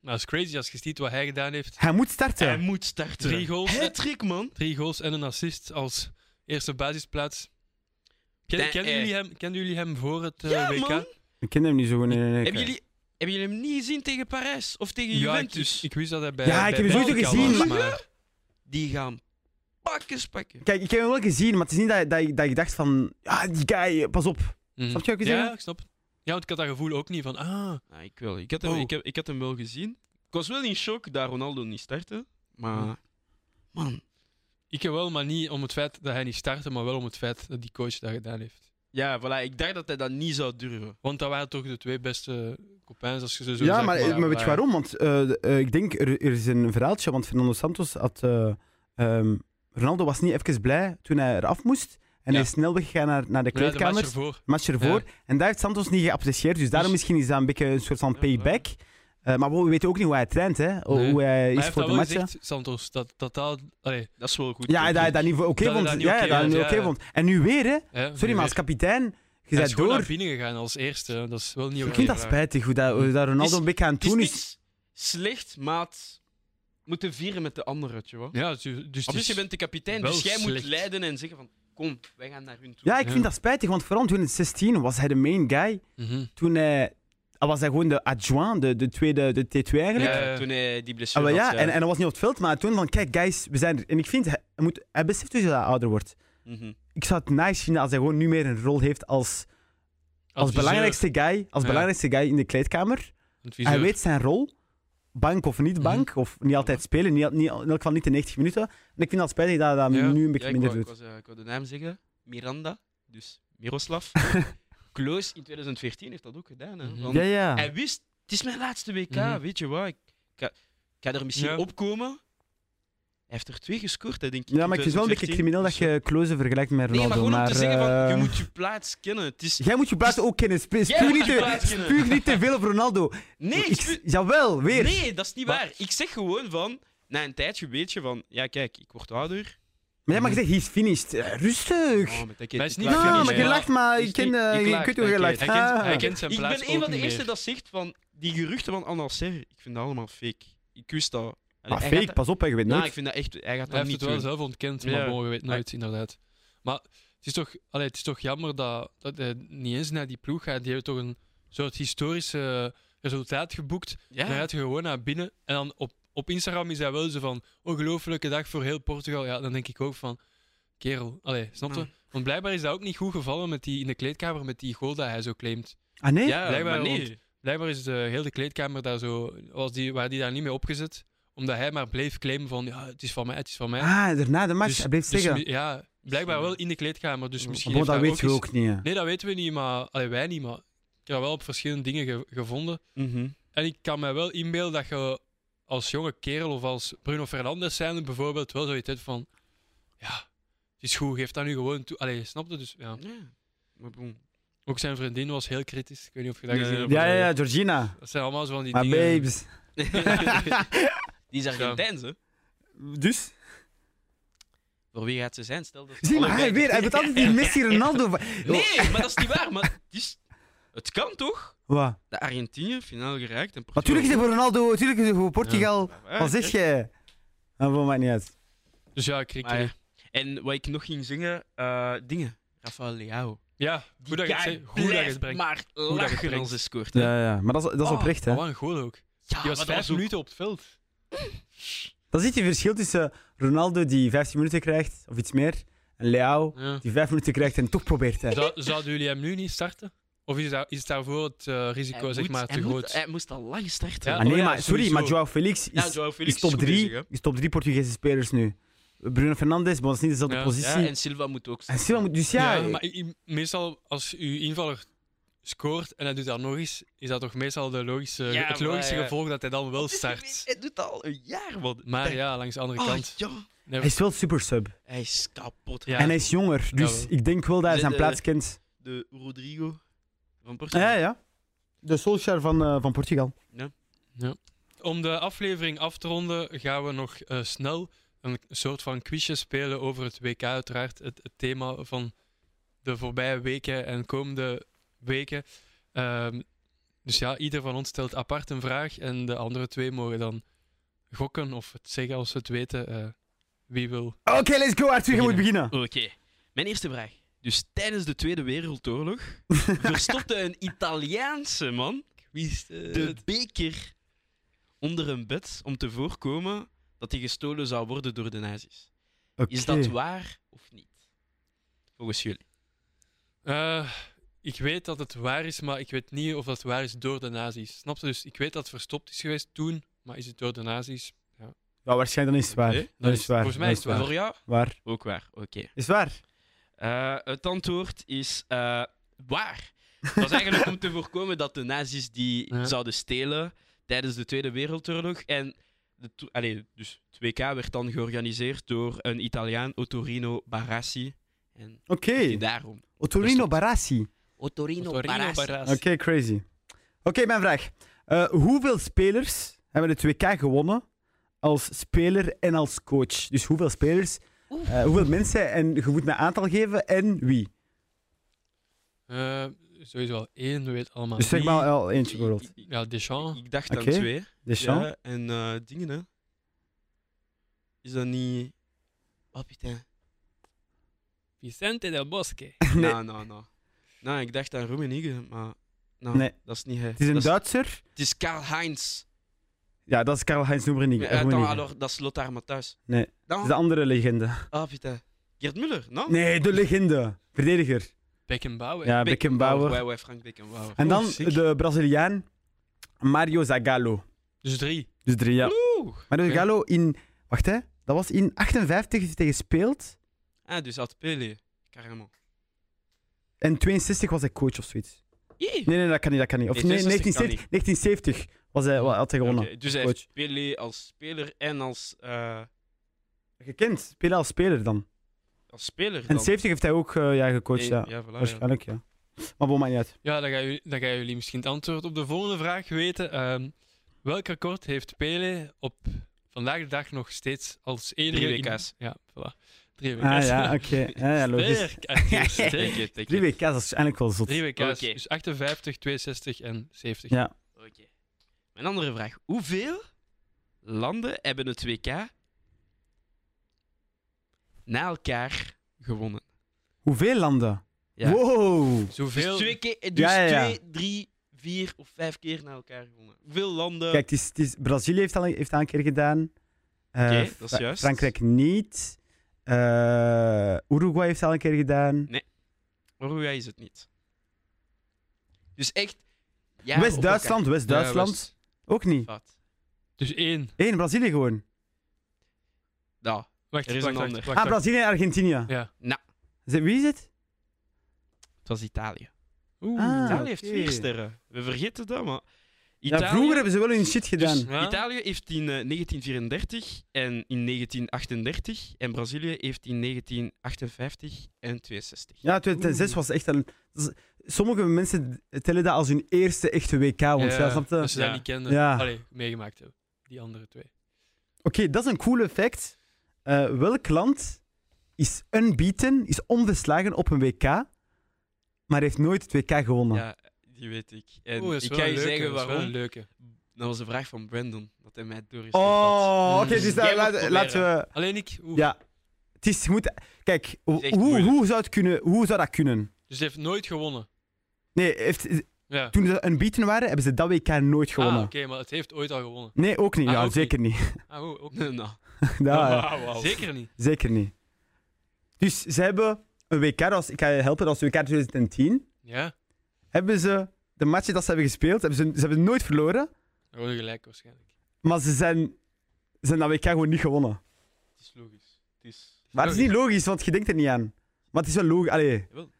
Nou, het is crazy als je ziet wat hij gedaan heeft.
Hij moet starten.
Hij moet starten.
Drie goals.
trick man.
Drie goals en een assist als eerste basisplaats. Ken,
Nee,
kennen,
eh.
jullie hem, kennen jullie hem voor het eh,
Ja,
WK?
man.
Ik ken hem niet zo goed. Nee, nee, nee.
Hebben jullie, hebben jullie hem niet gezien tegen Parijs of tegen
Ja, ik,
Juventus?
ik wist dat hij bij
Ja, ik
bij
heb hem sowieso
Benfica
gezien,
was,
maar-
maar-
Die gaan pakjes pakken.
Kijk, ik heb hem wel gezien, maar het is niet dat, dat, ik- dat ik dacht van... Ja, die guy, eh, pas op.
Mhm.
Snap je wat ik wil
Ja,
zeggen?
ik snap het. Ja, want ik had dat gevoel ook niet van, ah,
Ah, ik wel. Ik had, hem,
Oh.
ik, heb, ik had hem wel gezien. Ik was wel in shock dat Ronaldo niet startte. Maar, man.
ik wel, maar niet om het feit dat hij niet startte, maar wel om het feit dat die coach dat gedaan heeft.
Ja, voilà. Ik dacht dat hij dat niet zou durven.
Want dat waren toch de twee beste copains, als je ze zo
ja,
zegt,
maar, eh, maar weet
waren-
je waarom? Want eh, eh, ik denk, er, er is een verhaaltje, want Fernando Santos had... eh, ehm, Ronaldo was niet even blij toen hij eraf moest. En
Ja.
hij is snel weggegaan naar, naar de
Ja, de match
kleedkamer.
ervoor.
match ervoor. En daar heeft Santos niet geapprecieerd. Dus daarom misschien is dat een beetje een soort van
Ja,
payback. Eh, maar we weten ook niet hoe hij traint, hè. Hoe-
Nee.
Hoe hij
Maar
is
hij heeft
voor
dat wel
de match.
gezegd, Santos, dat dat... dat allee,
Dat is wel goed.
Ja, dat hij dat niet oké
hij
vond.
dat niet
ja,
oké
ja, dat hij
vond,
niet
ja,
oké
ja.
vond. En nu weer, hè.
hè,
Sorry, maar als kapitein, je
hij is
bent
gewoon
door.
naar binnen gegaan als eerste, hè. dat is wel niet
Ik
oké.
vind dat spijtig hoe, dat, hoe dat Ronaldo
Is-
een beetje aan het
Het is
doen is.
niks slecht, maat. moeten vieren met de anderen, weet je wel.
Ja, dus, dus het
Dus
is-
je bent de kapitein,
wel
dus jij moet
slecht.
leiden en zeggen van... Kom, wij gaan naar hun toe.
Ja, ik
Ja.
vind dat spijtig, want vooral toen in 16 was hij de main guy.
Mhm.
Toen hij, hij was hij gewoon de adjoint, de, de tweede, de T2 eigenlijk.
Ja,
Eh, toen hij die
Ah,
blessure
wel ja,
had.
en, en hij was niet op het veld, maar toen van, kijk guys, we zijn er. En ik vind, hij, hij moet, hij beseft dus dat hij ouder wordt.
Mhm.
Ik zou het nice vinden als hij gewoon nu meer een rol heeft als, als
Adviseur.
belangrijkste guy, als
Ja.
belangrijkste guy in de kleedkamer.
Adviseur.
Hij weet zijn rol, bank of niet bank, of niet altijd spelen, niet, niet, in elk geval niet de 90 minuten. En ik vind het spijtig dat hij dat
Ja.
nu een beetje
Ja, ik
minder
wou- ik
doet.
was, eh, ik wou de naam zeggen. Miranda, dus Miroslav. Kloos in 2014 heeft dat ook gedaan. Hè,
Mhm.
want
Ja, ja.
Hij wist, het is mijn laatste WK,
Mhm.
weet je wat. Ik, ik ga, ik ga er misschien
Ja.
opkomen. Hij heeft er twee gescoord, hè, denk ik.
Ja,
in
maar ik vind het wel een beetje
2014.
crimineel dat je Kloze vergelijkt met
Nee, maar
Ronaldo.
gewoon om te zeggen, van, je
eh,
moet je plaats kennen. Het is...
Jij moet je oh, buiten ook kennen. Sp-
Jij
Spuug
moet
niet,
je
te-
plaats kennen.
spuug niet te veel op Ronaldo.
Nee,
ik,
ik spu-
jawel, weer.
nee, dat is niet
Maar-
waar. Ik zeg gewoon van, na een tijdje weet je van, ja kijk, ik word ouder.
Maar jij mag zeggen, he's finished. Eh, rustig.
Oh, maar dat
Maar is niet
ik
Ja,
laat je niet
maar je
meer.
lacht, maar
Is
je kent
niet-
eh,
ik
je
lacht,
kunt hoe je
ik
lacht.
Hij kent, hij
Ah.
kent zijn
Ik
plaats
ben een
ook
van de
niet
eerste
meer.
dat zegt van die geruchten van Anna Serre, ik vind dat allemaal fake. Ik wist dat. Allee,
Maar
hij
Ah, fake,
gaat
pas op, hè, je weet
dat- Nou, ik
nooit.
vind dat echt. Hij
Hij
gaat dat
heeft
niet
het wel
doen.
zelf ontkend, maar
Ja.
bon, je weet nooit, inderdaad. Maar het is toch, allee, het is toch jammer dat, dat hij niet eens naar die ploeg gaat. Die heeft toch een soort historische resultaat geboekt.
Ja.
Dan gaat hij gewoon naar binnen. En dan op, op Instagram is hij wel zo van... Ongelooflijke dag voor heel Portugal. Ja, dan denk ik ook van... Kerel, allee, snap je?
Mm.
Want blijkbaar is dat ook niet goed gevallen met die, in de kleedkamer met die goal dat hij zo claimt.
Ah nee?
ja,
Blijkbaar,
maar nee.
want- Blijkbaar is eh, de hele kleedkamer daar zo... Was die, waar die daar niet mee opgezet. Omdat hij maar bleef claimen van... Ja, het is van mij, het is van mij.
Ah, daarna de match,
Dus-
hij bleef
Dus
zeggen.
mi- ja, blijkbaar wel in de kleedkamer. Dus
Ja,
misschien
Maar bon,
heeft
dat
hij
weet je
eens-
ook niet. hè.
Nee, dat weten we niet, maar... Allee, wij niet, maar... Ik heb wel op verschillende dingen ge- gevonden.
Mhm.
En ik kan me wel inbeelden dat je als jonge kerel of als Bruno Fernandes zijnde bijvoorbeeld wel zoiets hebt van... Ja, het is goed, geef dat nu gewoon toe. Allee, je snapt het dus. Ja.
Ja. Maar bon.
Ook zijn vriendin was heel kritisch. Ik weet niet of je dat
Nee,
gezien hebt.
Ja, ja, ja, Georgina.
Dat zijn allemaal zo van die
Maar
dingen.
babes.
die is Argentijns, hè?
Dus?
Voor wie gaat ze zijn? Stel dat ze
Zie maar,
allebei-
hij weer, hij wordt altijd die Messi Ronaldo.
Nee, maar dat is niet waar. Maar het, is- het kan toch?
Wat?
De Argentinië finaal geraakt. En Portugal-
Natuurlijk is hij voor Ronaldo, natuurlijk is hij voor Portugal.
Ja,
Wat zeg
kijk.
je? Dat maakt mij niet uit.
Dus ja, krik.
Maar
Ja,
ja. En wat ik nog ging zingen, eh, dingen. Rafael Leao.
goed dat je het
guy
zegt. Goed dat je
blijft
het brengt.
Maar
je het
lachen
brengt.
als hij scoort. hè.
Ja, ja. Maar dat is, dat is
Oh,
oprecht, hè.
Wat een goal ook.
Ja,
Die was
Ah, maar dat
vijf
ook-
minuten op het veld.
Dan zit je verschil tussen Ronaldo die 15 minuten krijgt, of iets meer, en Leao
Ja.
die 5 minuten krijgt en toch probeert hij.
Zou- zouden jullie hem nu niet starten? Of is, daar, is daarvoor het eh,
Hij
risico zeg
moet-
maar,
hij
te
moet-
groot?
Hij moest al lang starten.
Ja,
Ah, nee,
oh
maar sorry,
sowieso.
maar Joao Felix
Ja,
is,
Joao
is
Felix
top
goed
3
bezig, hè.
is top drie Portugese spelers nu. Bruno Fernandes, maar dat is niet dezelfde
Ja,
positie.
Ja, en Silva moet ook
En
starten.
Silva moet, dus ja,
Ja, maar i- i- meestal als uw invaller scoort en hij doet dat nog eens, is dat toch meestal de logische,
Ja,
het
maar eh,
logische
ja.
gevolg dat hij dan wel
Het is niet meer-
start.
Hij doet al een jaar, man.
Maar ja, langs de andere
Oh,
kant.
ja.
Nee,
hij is wel super sub.
Hij is kapot.
Ja.
en hij is jonger, dus
Jawel.
ik denk wel dat hij zijn
De-
plaats kent.
De Rodrigo van Portugal.
Ja, ja. De Solskjaer van, eh, van Portugal.
Om de aflevering af te ronden gaan we nog eh, snel een soort van quizje spelen over het WK uiteraard. Het, het thema van de voorbije weken en komende weken. Ehm, dus ja, ieder van ons stelt apart een vraag en de andere twee mogen dan gokken of het zeggen als ze het weten. eh, wie wil?
Oké, let's go, Arthur, je moet beginnen.
Oké. Mijn eerste vraag. Dus tijdens de Tweede Wereldoorlog verstopte een Italiaanse man de beker onder een bed om te voorkomen dat die gestolen zou worden door de nazi's. Is dat
Oké.
waar of niet? Volgens jullie.
Eh, ik weet dat het waar is, maar ik weet niet of dat waar is door de nazi's. Snap je? Dus ik weet dat het verstopt is geweest toen, maar is het door de nazi's?
Ja, waarschijnlijk dan is het waar.
Oké,
Dan
dan
is
is-
het waar.
volgens mij
dan
is het waar.
Voor jou?
Waar?
Ook waar. Oké.
Is het waar?
Eh, het antwoord is eh, waar. Dat was eigenlijk om te voorkomen dat de nazi's die
Ja.
zouden stelen tijdens de Tweede Wereldoorlog. En de to- allee, dus het WK werd dan georganiseerd door een Italiaan, Ottorino Barassi. En
Oké.
misschien daarom.
Otorino
Verstopt.
Barassi.
Ottorino,
Oké, crazy. Oké, mijn vraag. Eh, hoeveel spelers hebben het WK gewonnen als speler en als coach? Dus hoeveel spelers,
Oeh.
eh, hoeveel mensen en je moet mij aantal geven en wie?
Eh, sowieso wel één, we weten allemaal.
dus zeg
wie.
maar al eentje bijvoorbeeld.
Ik, ik-
Ja, Deschamps.
ik dacht aan
Oké.
twee.
Deschamps?
Ja, en eh dingen, hè. Is dat niet. Oh, putain.
Vicente del Bosque.
Nee.
Nou, nou, nou. Nou, ik dacht aan Rummenigge, maar. Nou,
Nee.
dat is niet hij.
Het is een
dat
Duitser.
Het is Karl-Heinz.
Ja, dat is Karl-Heinz Rummenigge.
Ja, eh, dan,
Rummenigge.
alors, dat is Lothar Matthijs.
Nee.
Dan?
Dat is de andere legende.
Ah, putain. Geert Muller, nou?
Nee, de legende. Verdediger.
Beckenbauer.
Ja, Beckenbauer.
Wij, wij, Oh, Frank Beckenbauer.
En dan
Oh, sick.
de Braziliaan Mario Zagallo.
Dus drie.
Dus drie, ja.
Oeh.
Mario
Ja.
Zagallo in... Wacht, hè. Dat was in 58 is hij gespeeld.
Ah, dus had Pele. Carrément.
En 62 was hij coach of zoiets.
Jee.
Nee, nee, dat kan niet, dat kan niet. Of
Nee,
nee,
62 kan
1970, 1970 was hij, had hij gewonnen.
Oké, dus hij
Coach.
heeft Pele als speler en als, eh,
Gekend, spelen als speler dan.
als speler.
En
dan.
70 heeft hij ook eh, ja, gecoacht,
Eh,
ja.
voilà,
Waarschijnlijk, ja. Maar bon, maakt niet uit.
Ja, dan gaan, jullie, dan gaan jullie misschien het antwoord op de volgende vraag weten. Ehm, welk record heeft Pele op vandaag de dag nog steeds als enige...
Drie
in-
WK's.
Ja, voilà. Drie WK's.
Ah ja, oké. Ja, ja, logisch.
Sterk, Arthur,
ja.
sterk.
Take it, take
Drie
it.
WK's, dat is eigenlijk wel zot.
Drie WK's.
Oké.
Dus 58, 62 en 70.
Ja.
Oké. Mijn andere vraag. Hoeveel landen hebben het WK na elkaar gewonnen?
Hoeveel landen?
Ja.
Wow!
Zoveel...
Dus, twee, keer, dus
Ja, ja, ja.
twee, drie, vier of vijf keer na elkaar gewonnen. Hoeveel landen...
Kijk, het is, het is, Brazilië heeft dat heeft dat een keer gedaan. Eh,
Oké, dat is
Fra-
juist.
Frankrijk niet. Eh, Uruguay heeft dat een keer gedaan.
Uruguay is het niet. Dus echt... ja, op
West-Duitsland,
elkaar. Ja,
West-Duitsland.
West-
Ook niet.
Wat?
Dus één.
Eén, Brazilië gewoon.
Nou,
Wacht,
Er is
wacht,
een
wacht,
ander.
wacht,
Ah,
wacht.
Brazilië en Argentinië.
Ja.
Nou.
Ze- Wie is het?
het was Italië.
Oeh.
Ah.
Italië
oké.
heeft vier sterren. We vergeten dat, maar...
Ja,
Italië-
vroeger hebben ze wel hun shit gedaan.
Dus Italië heeft in eh, 1934 en in 1938 en Brazilië heeft in 1958 en 62.
Ja, 2006 was echt een. dat is- Sommige mensen tellen dat als hun eerste echte WK. Ah, Want ja, snap je?
Dat ze dat
Ja. Dus-
niet kenden.
Ja.
Allee, meegemaakt hebben. Die andere twee.
Oké, dat is een cool fact. Eh, welk land is unbeaten, is onverslagen op een WK, maar heeft nooit het WK gewonnen?
Ja, die weet ik. En
Oeh, dat is
ik
wel
ga
een
je
leuke,
zeggen
dat is wel
waarom.
een leuke.
Dat was de vraag van Brandon, dat hij mij door is gevat.
Oh, oké,
Mm.
dus
Jij
daar,
mag
laten,
proberen.
laten we.
Alleen ik. oeh.
Ja, het is. je Moet, kijk,
is echt
hoe,
moeilijk.
hoe, zou het kunnen, hoe zou dat kunnen?
Dus hij heeft nooit gewonnen.
Nee, heeft,
Ja.
toen ze unbeaten waren, hebben ze dat WK nooit gewonnen.
Ah, oké, maar het heeft ooit al gewonnen.
Nee, ook niet.
Ah,
ja,
ook
zeker niet.
Ah, oeh, ook
Nee, nou.
Ja, ja.
Wauw, wauw.
Zeker niet.
Zeker niet. Dus ze hebben een WK, dat was- ik ga je helpen, dat was WK 2010.
Ja,
Hebben ze de matchen dat ze hebben gespeeld, hebben ze, ze hebben nooit verloren,
rode gelijk waarschijnlijk.
maar ze zijn, ze zijn dat WK gewoon niet gewonnen.
Het is logisch. Het is...
Maar het is niet logisch, want je denkt er niet aan. Maar het is wel logisch. Allee,
Jawel.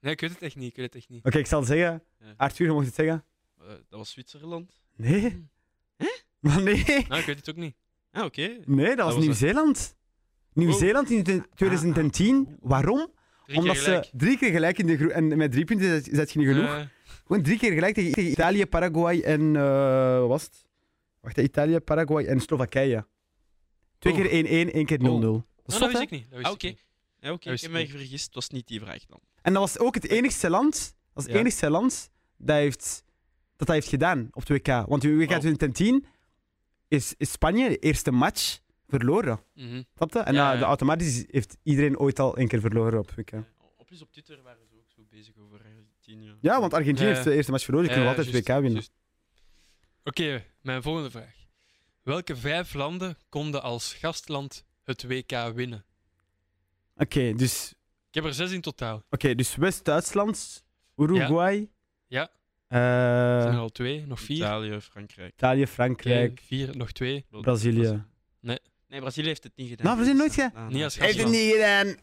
Nee, ik weet het echt niet. Ik weet het echt niet.
oké, ik zal het zeggen.
Ja.
Arthur, je mocht het zeggen.
Eh, dat was Zwitserland.
Nee. Maar nee.
Nou, ik weet het ook niet.
Ah, oké.
Nee, dat was
was het.
Nieuw-Zeeland. Nieuw-Zeeland in twe- 2010. Waarom?
Drie
Omdat
keer
ze
gelijk.
drie keer gelijk in de groep... En met drie punten zet- zet je niet genoeg.
Eh,
Gewoon drie keer gelijk tegen, tegen Italië, Paraguay en. eh, wat was het? Wacht, hè, Italië, Paraguay en Slowakije. Twee
Oeh.
keer 1-1, één keer 0-0. Dat is
Oh. nou,
zot,
dat
hè?
wist ik niet. dat wist
Ah,
ik
oké.
niet.
Ja, oké,
Juist,
ik heb mij
ja.
vergist. Het was niet die vraag dan.
En dat was ook het enigste land, dat was het
Ja.
enigste land dat, heeft, dat dat heeft gedaan op het WK. Want in WK
Oh.
Wow.
2010 is, is Spanje de eerste match verloren.
Mhm.
Snap je? En
Ja,
na-
ja.
de automatisch heeft iedereen ooit al één keer verloren op het WK.
Eh, Op, dus op Twitter waren ze ook zo bezig over Argentinië.
Ja, want Argentinië
Ja.
heeft de eerste match verloren, je kunt nog
Eh,
altijd het
juist,
WK winnen.
juist. Oké, mijn volgende vraag. Welke vijf landen konden als gastland het WK winnen?
Oké, dus
Ik heb er zes in totaal.
Oké, dus West-Duitsland, Uruguay.
Ja.
eh,
Er zijn er al twee, nog vier.
Italië, Frankrijk.
Italië, Frankrijk,
Oké, vier, nog twee.
Brazilië.
Nee, Brazilië heeft het niet gedaan.
Nou, Brazilië nooit gedaan.
Niet als
Heeft
Heeft
het
het
niet gedaan.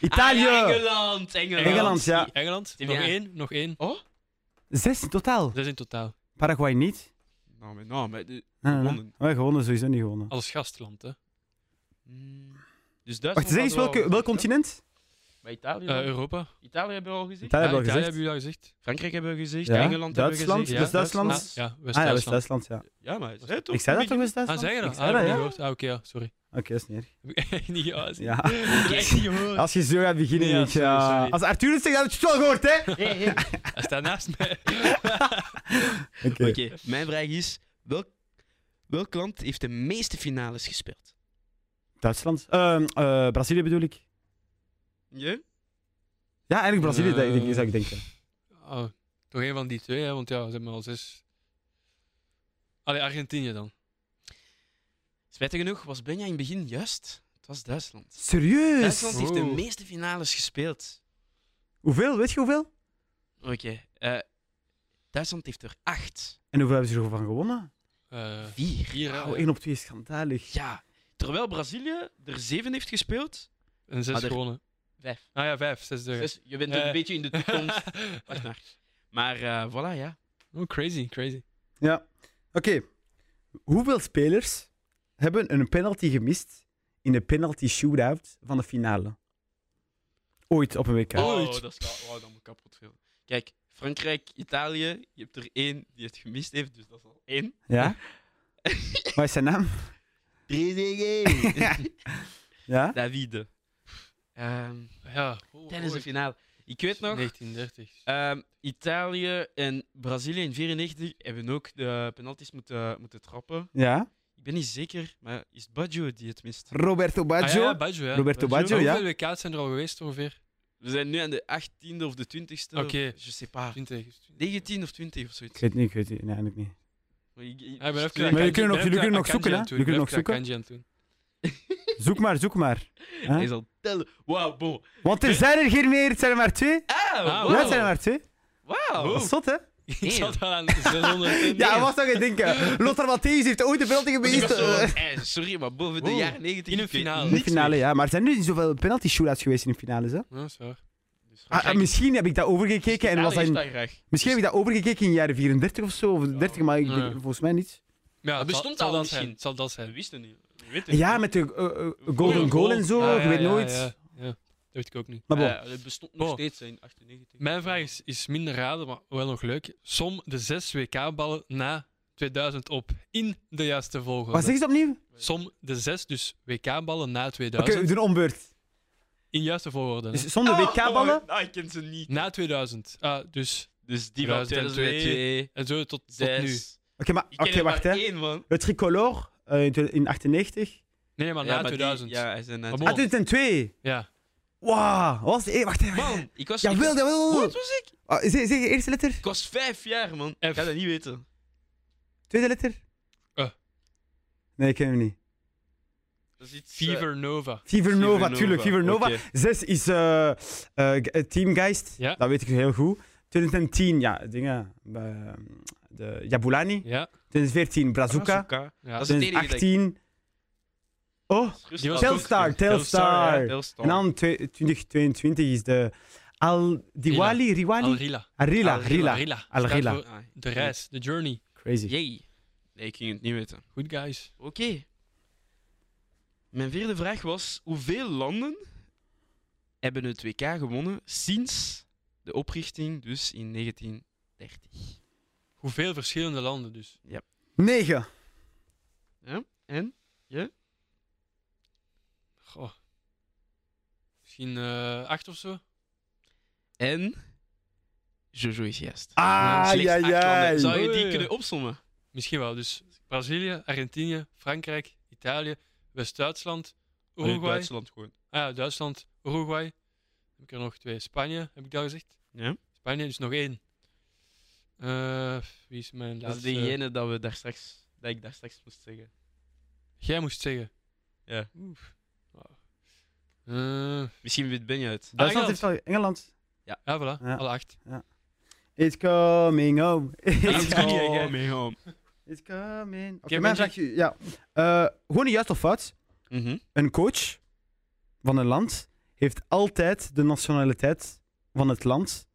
Italië.
Ah, ja, Engeland, Engeland.
Engeland, ja.
Engeland, nog
Ja.
één, nog één.
Oh?
Zes in totaal.
Zes in totaal.
Paraguay niet. Ah,
Nou, maar, nou, maar, eh,
Nee, nee, nee.
Gewonnen.
Nee, gewonnen, sowieso niet gewonnen.
Als gastland, hè.
mm, dus Duitsland
Wacht, zeg eens
hadden we al
welke,
gezegd,
welk
hè?
continent? Ah,
Bij Italië.
Eh,
dan?
Europa.
Italië hebben we al gezien.
Italië hebben we
Ja,
al
Italië
gezegd.
hebben jullie al gezegd.
Frankrijk hebben we gezegd.
Ja.
Engeland hebben we
Duitsland,
gezegd.
West-duitsland.
Ah, ja,
Ah ja,
West-Duitsland.
West-Duitsland, ja.
Ja, maar zei het toch?
Ik zei dat toch,
Toen
ah,
West-Duitsland?
zeg je dat?
Ik
Ah, heb
zei
ik
dat,
niet
ja.
gehoord. Ah, oké, ja, sorry.
Oké, dat is niet erg.
Heb ik echt niet gehoord.
Ja.
Heb ik echt niet gehoord.
Als je zo gaat beginnen,
Nee, ja,
weet je,
sorry,
ja.
sorry.
Als Arthur het zegt, dan heb je het wel gehoord, hè?
Hij staat naast mij.
Oké.
Oké, mijn vraag is: welk Welk land heeft de meeste finales gespeeld?
Duitsland? Eh, eh, Brazilië bedoel ik.
Je?
Ja, eigenlijk Brazilië, dat-
Eh,
dat zou ik denken.
Oh, toch een van die twee, hè? want ja, ze hebben al zes. Allee, Argentinië dan.
Spijtig genoeg was Benja in het begin juist. Het was Duitsland.
Serieus?
Duitsland heeft de
Oeh.
meeste finales gespeeld.
Hoeveel? Weet je hoeveel?
Oké. eh, Duitsland heeft er acht.
En hoeveel hebben ze ervan gewonnen?
Eh,
Vier.
vier, hè.
Oh, 1 op 2 is schandalig.
Ja. Terwijl Brazilië er zeven heeft gespeeld.
en zes
Ah, er-
gewonnen.
Vijf.
Ah ja, vijf, zes deuren.
Zes. Je bent ook
Eh.
een beetje in de toekomst. Wacht maar. Maar eh, voilà, ja.
oh, crazy, crazy.
Ja. Oké. Hoeveel spelers hebben een penalty gemist in de penalty shootout van de finale? Ooit op een WK.
Oh,
Oh,
iets-
dat is wow, dan moet ik kapot veel. Kijk, Frankrijk, Italië, je hebt er één die het gemist heeft, dus dat is al één.
Ja? Wat is zijn naam? Ja?
Davide. Ehm,
Ja, oh,
tijdens de
ooit.
finale. Ik weet nog,
1930.
ehm, Italië en Brazilië in 94 hebben ook de penalties moeten, moeten trappen.
Ja?
Ik ben niet zeker, maar is het Baggio die het mist?
Roberto
Ah, ja,
Baggio.
ja, Baggio, ja.
Roberto Baggio,
Maar
ja.
Hoeveel WK's zijn er al geweest ongeveer?
We zijn nu aan de 18e of de 20e.
Oké.
of- Je sais pas.
20. is-
19 of 20 of zoiets.
Ik weet het niet, ik weet het nee, eigenlijk niet.
Ik- ik-
Ah, ik ben even
jullie
Akanji-
kunnen nog-
ik ben
jullie
even
kunnen nog
Akanji
zoeken,
aan
hè?
het doen.
Jullie kunnen
Ik ben
nog
even Akanji aan het doen.
Zoek maar, zoek maar. Hè?
Hij zal tellen. Wauw, bon.
Want er zijn er geen meer, het zijn er maar twee.
Ah,
wauw.
Ja, het zijn er maar twee.
Wauw.
Dat is zot, hè?
Ik zat al aan 600.
Ja, wat zou je denken? Lothar Matthäus heeft ooit de penalty
Die
gemist.
persoon-
eh.
Eh, sorry, maar boven de
Wow.
jaren 90
In een
ik weet
finale.
In de
niks
finale,
meer.
ja. Maar er zijn nu niet zoveel penalty shootouts geweest in de finales, hè?
Ja, dat is waar.
Dus
Ah,
Frankrijk-
misschien heb ik dat overgekeken en
Italië
was dat in-
heeft graag.
misschien heb ik dat overgekeken in jaren 34 of zo, of 30, maar ik,
Ja.
volgens mij niet.
Maar ja, het
Dat
zal-
bestond
zal
al
dat
misschien.
zijn. Het zal dat
We
zijn.
wisten niet. We weten het
Ja,
niet.
met de eh, eh,
Golden
golden goal en zo,
Ja, Ah, ja,
je weet
ja,
nooit.
Ja, ja. Dat weet ik ook niet.
Maar bon,
Eh, dat bestond nog
Bon.
steeds hè, in 98.
Mijn vraag is, is minder raden, maar wel nog leuk. Som de zes WK-ballen na 2000 op in de juiste volgorde.
wat zeg je het opnieuw?
Som de zes, dus WK-ballen na
Oké,
2000
we doen ombeurt.
in juiste volgorde. hè.
Dus zonder WK-ballen.
Oh, ik ken ze niet.
Na 2000. Ah, dus,
Dus die van
2002,
2002,
en zo tot,
Dus-
tot nu.
6.
Oké, maar
Ik ken
oké
er
wacht
maar
hè.
één, man.
Het tricolor eh, in twe- in 98.
Nee, nee, maar
Ja,
na
maar die-
2000.
Ja, hij zei na
Maar bon.
Ah, 2002.
Ja.
Wauw, wat was de e- Wacht even.
Man, ik was... ik
Jawel,
was- Hoe
jawel.
oud was ik?
Ah, Zeg zeg je eerste letter?
Ik was vijf jaar, man. Ik ga dat niet weten.
Tweede letter?
Eh.
Nee, ik ken hem niet.
Dat is iets... eh,
Fever Nova.
Fever Nova,
Fivernova.
tuurlijk. Fever Nova.
Oké.
6 is eh, eh, G- eh, Team Geist.
Ja.
Dat weet ik heel goed. 2010, ja, dingen. eh, de Jabulani.
Ja.
2014, Brazuca.
Brazuca.
ja.
Dat is het enige dat ik-
2018. Oh,
Die was
Telstar,
ook- Telstar,
Telstar.
Telstar.
En dan twee- 2022 is de Al Diwali, Riwali?
Alrila.
Arila,
Al-Rila.
Rila. Alrila.
Staat voor
Ah,
De reis, de journey.
Crazy.
Jee. Nee, ik ging het niet weten.
Goed, guys.
Oké. Mijn vierde vraag was: hoeveel landen hebben het WK gewonnen sinds de oprichting, dus in 1930?
Hoeveel verschillende landen dus?
9.
En?
Goh. Misschien eh, acht of zo?
En? Jojo is juist.
Ah,
Slechts
ja,
acht
ja.
landen. Zou je die
Oei.
kunnen opsommen?
Misschien wel. Dus Brazilië, Argentinië, Frankrijk, Italië, West-Duitsland, Uruguay.
Allee, Oh, Duitsland gewoon.
Ah ja, Duitsland, Uruguay. Heb ik er nog twee. Spanje, heb ik dat gezegd?
Ja?
Spanje, dus nog één. Eh, wie is eh, mijn
Dat is
laatste?
degene dat, we daar straks, dat ik daar straks moest zeggen.
Jij moest zeggen.
Ja.
Oef. Wauw. Eh,
Misschien wint Benja het.
Engeland.
Duitsland heeft al Engeland.
ja, voilà.
Ja.
Alle acht.
It's coming home. It's
Ja, ja,
coming
ja.
mee home.
It's coming. Oké,
Benji?
mijn vraag. Ja. Eh, gewoon niet juist of fout.
Mhm.
Een coach van een land heeft altijd de nationaliteit van het land.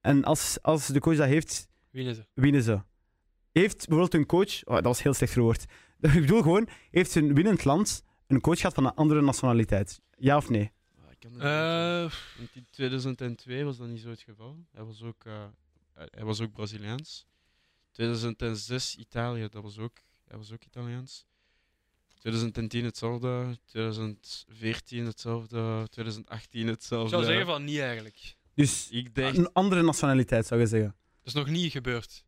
En als, als de coach dat heeft,
Winnen ze.
winnen ze. Heeft bijvoorbeeld een coach. Oh, dat was heel slecht verwoord. Ik bedoel gewoon, heeft een winnend land een coach gehad van een andere nationaliteit? Ja of nee?
Ah, ik kan het niet weten.
Eh,
Want in 2002 was dat niet zo het geval. Hij was ook, eh, hij hij was ook Braziliaans. 2006 Italië, dat was ook, hij was ook Italiaans. 2010 hetzelfde, 2014 hetzelfde, 2018
ik
hetzelfde.
zou zeggen van niet eigenlijk.
Dus
Ik denk,
een andere nationaliteit zou je zeggen.
Dat is nog niet gebeurd.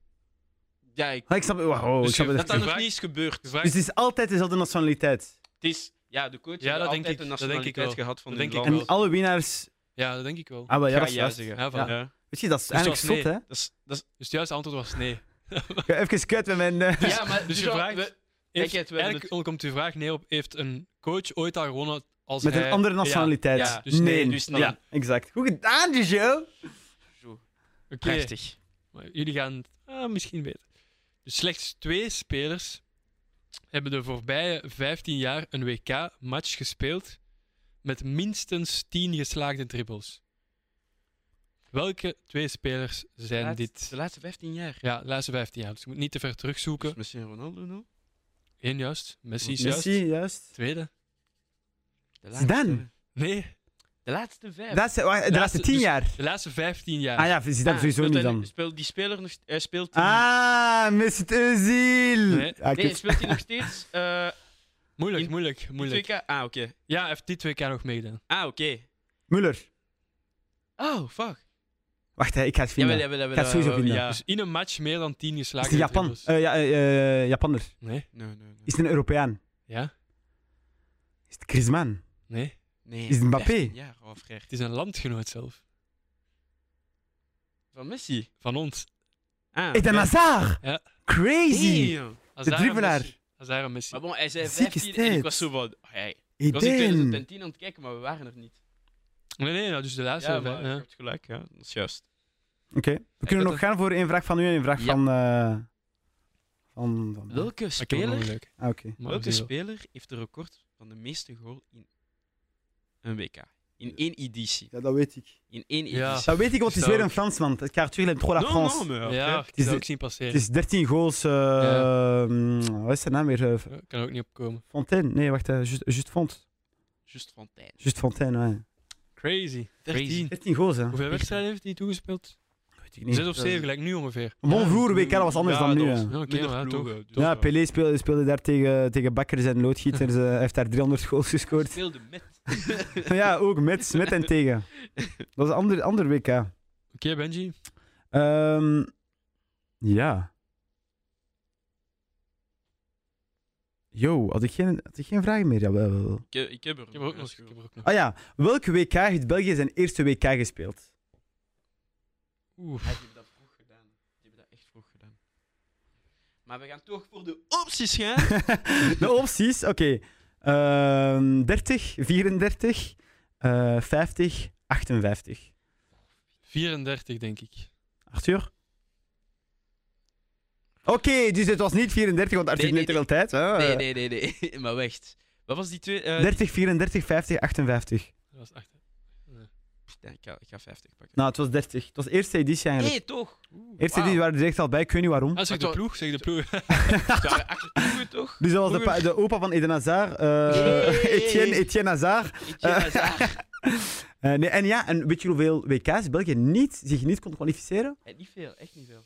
Ja, ik,
Ah, ik snap, wow,
Dus
ik snap
je-
het
dat
echt
dat
niet.
vraag-
nog niet is gebeurd.
De vraag-
Dus het is altijd dezelfde nationaliteit.
Het is, ja, de coach
Ja,
heeft
dat denk
altijd
ik-
een
dat denk ik
nationaliteit
wel.
gehad van
Dat
hun
denk ik
land.
wel.
En alle winnaars.
Ja, dat denk ik wel.
Ah, wel, ja,
Ga
dat is
jij
juist.
zeggen.
Ja, van-
Ja.
Weet je, dat is
Dus
eigenlijk
dat is
zot, hè?
Dat is, dat is,
Dus het juiste antwoord was nee.
Ik ga even kwijt met mijn. eh,
ja, maar
Dus je
Jean,
vraagt-
we-
Heeft,
het, we hebben
eigenlijk komt uw vraag neer op: heeft een coach ooit al gewonnen als
met
hij...
een andere nationaliteit.
ja,
Eh, dus nee,
nee,
dus nee.
Ja, exact. Goed gedaan, Jojo.
Oké,
Prachtig.
maar jullie gaan het ah, misschien weten. Dus slechts twee spelers hebben de voorbije 15 jaar een WK-match gespeeld met minstens 10 geslaagde dribbles. Welke twee spelers zijn
Laatst-
dit?
De laatste 15 jaar.
Ja, de laatste 15 jaar. Dus je moet niet te ver terugzoeken.
Dus Messi en Ronaldo nou?
Eén juist. Messi is juist.
Messi, juist.
Tweede.
De
Zidane.
Nee,
De laatste vijf.
Dat is, wacht, de laatste
Laatste-
tien
dus-
jaar.
de laatste 15 jaar.
Ah ja, zit dat
Ah,
sowieso
speelt
niet
hij nu-
dan.
Speelt die speler nog... Hij speelt... die-
Ah, Mesut Özil.
Nee.
Ah,
Nee,
kut.
speelt hij nog steeds... eh,
Moeilijk,
In-
moeilijk, moeilijk.
2K? Ah, oké.
Ja, hij heeft die twee keer nog meegedaan.
Ah, oké.
Muller.
Oh, fuck.
Wacht, hè, ik ga het
Jawel,
vinden.
jawel, jawel.
Ik ga het sowieso
jawel,
vinden.
Ja.
Dus in een match meer dan 10
is
geslagen.
het een Japan? Eh, ja, eh, eh, Japaner.
Nee.
Nee, nee, nee.
Is het een Europeaan?
Ja?
Is het Griezmann?
Nee.
Nee,
Is het Mbappé?
15 jaar, oh, frère.
Het is een landgenoot zelf.
Van Messi?
Van ons.
Ah.
Eden Hazard!
Ja.
Crazy!
Damn.
Hazard en
dribbelaar.
Messi. Hazard en Messi.
Maar bon, hij zei
Ziek is
15 en
dit.
ik was zo van... oh, hey. Ik was in
Eden!
2010 aan het kijken, maar we waren er niet.
Nee, nee, nou, dus de laatste.
Ja,
Ja,
maar je
ja.
hebt gelijk, ja. Dat is juist.
Oké, we kunnen
had
nog gaan voor één vraag van u en één vraag
Ja.
van, eh, van... van...
Welke
Maar ik heb ook nog een
speler,
leuk.
Ah, oké.
Maar we
welke
zien wel.
speler heeft de record van de meeste goal in een WK? In één editie.
Ja, dat weet ik.
In één
Ja.
editie.
Dat weet ik, want het is
Zou
weer
ik-
een Fransman. Het gaat natuurlijk in la France.
non, maar
Ja,
ja.
ik heb
is-
dat ook zien
Het
passeren.
is 13 goals. eh mm, Wat is zijn naam weer? Eh,
Ja, kan er ook niet opkomen.
Fontaine? Nee, wacht. eh, Just, Just Font.
Just van tijd.
Just Fontaine, ja.
Crazy.
Crazy.
13.
13 goals, hè?
Hoeveel wedstrijden heeft hij toegespeeld?
Weet ik
6
niet.
Zes of zeven, gelijk nu ongeveer.
Bon, vroeger WK was anders dan nu, hè.
Ja, oké, maar ja,
dus
Ja, Pelé speelde, speelde daar tegen, tegen bakkers en loodgieters. eh, Hij heeft daar 300 goals
Hij
gescoord.
speelde met.
ja, ook met, met en tegen. Dat is een ander, ander WK.
Oké, Benji.
Ehm, ja. Yo, had ik geen, had ik geen vragen meer? Jawel. wel.
Ik, heb- ik heb er,
Ik heb er ook
ja,
nog. Ik
sure.
heb er ook nog.
Ah ja, welk WK heeft België zijn eerste WK gespeeld?
Oeh.
Ja, die hebben dat vroeg gedaan. Die hebben dat echt vroeg gedaan. Maar we gaan toch voor de opties gaan.
De opties, oké. Ehm 30, 34, eh 50, 58.
34, denk ik.
Arthur? Oké, dus het was niet 34, want Arthur
Nee, nee,
heeft niet te veel tijd. Hè?
Nee, nee, nee, nee. Maar wacht. Wat was die twee? eh,
30, 34, 50, 58.
Dat was achter.
die- Ik ga, ik ga 50 pakken.
Nou, het was 30. Het was de eerste editie
Nee,
eigenlijk.
toch?
eerste editie waren er direct al bij, ik weet niet waarom.
Ah, zeg de
Maar
ploeg, zeg de ploeg.
waren acht ploegen, toch?
Dus dat was de, pa- de opa van Eden Hazard, eh, Etienne, Etienne Hazard.
Etienne
Eh.
Hazard.
Eh, nee, en ja, en weet je hoeveel WK's België niet, zich niet kon kwalificeren?
Eh, Niet veel, echt niet veel.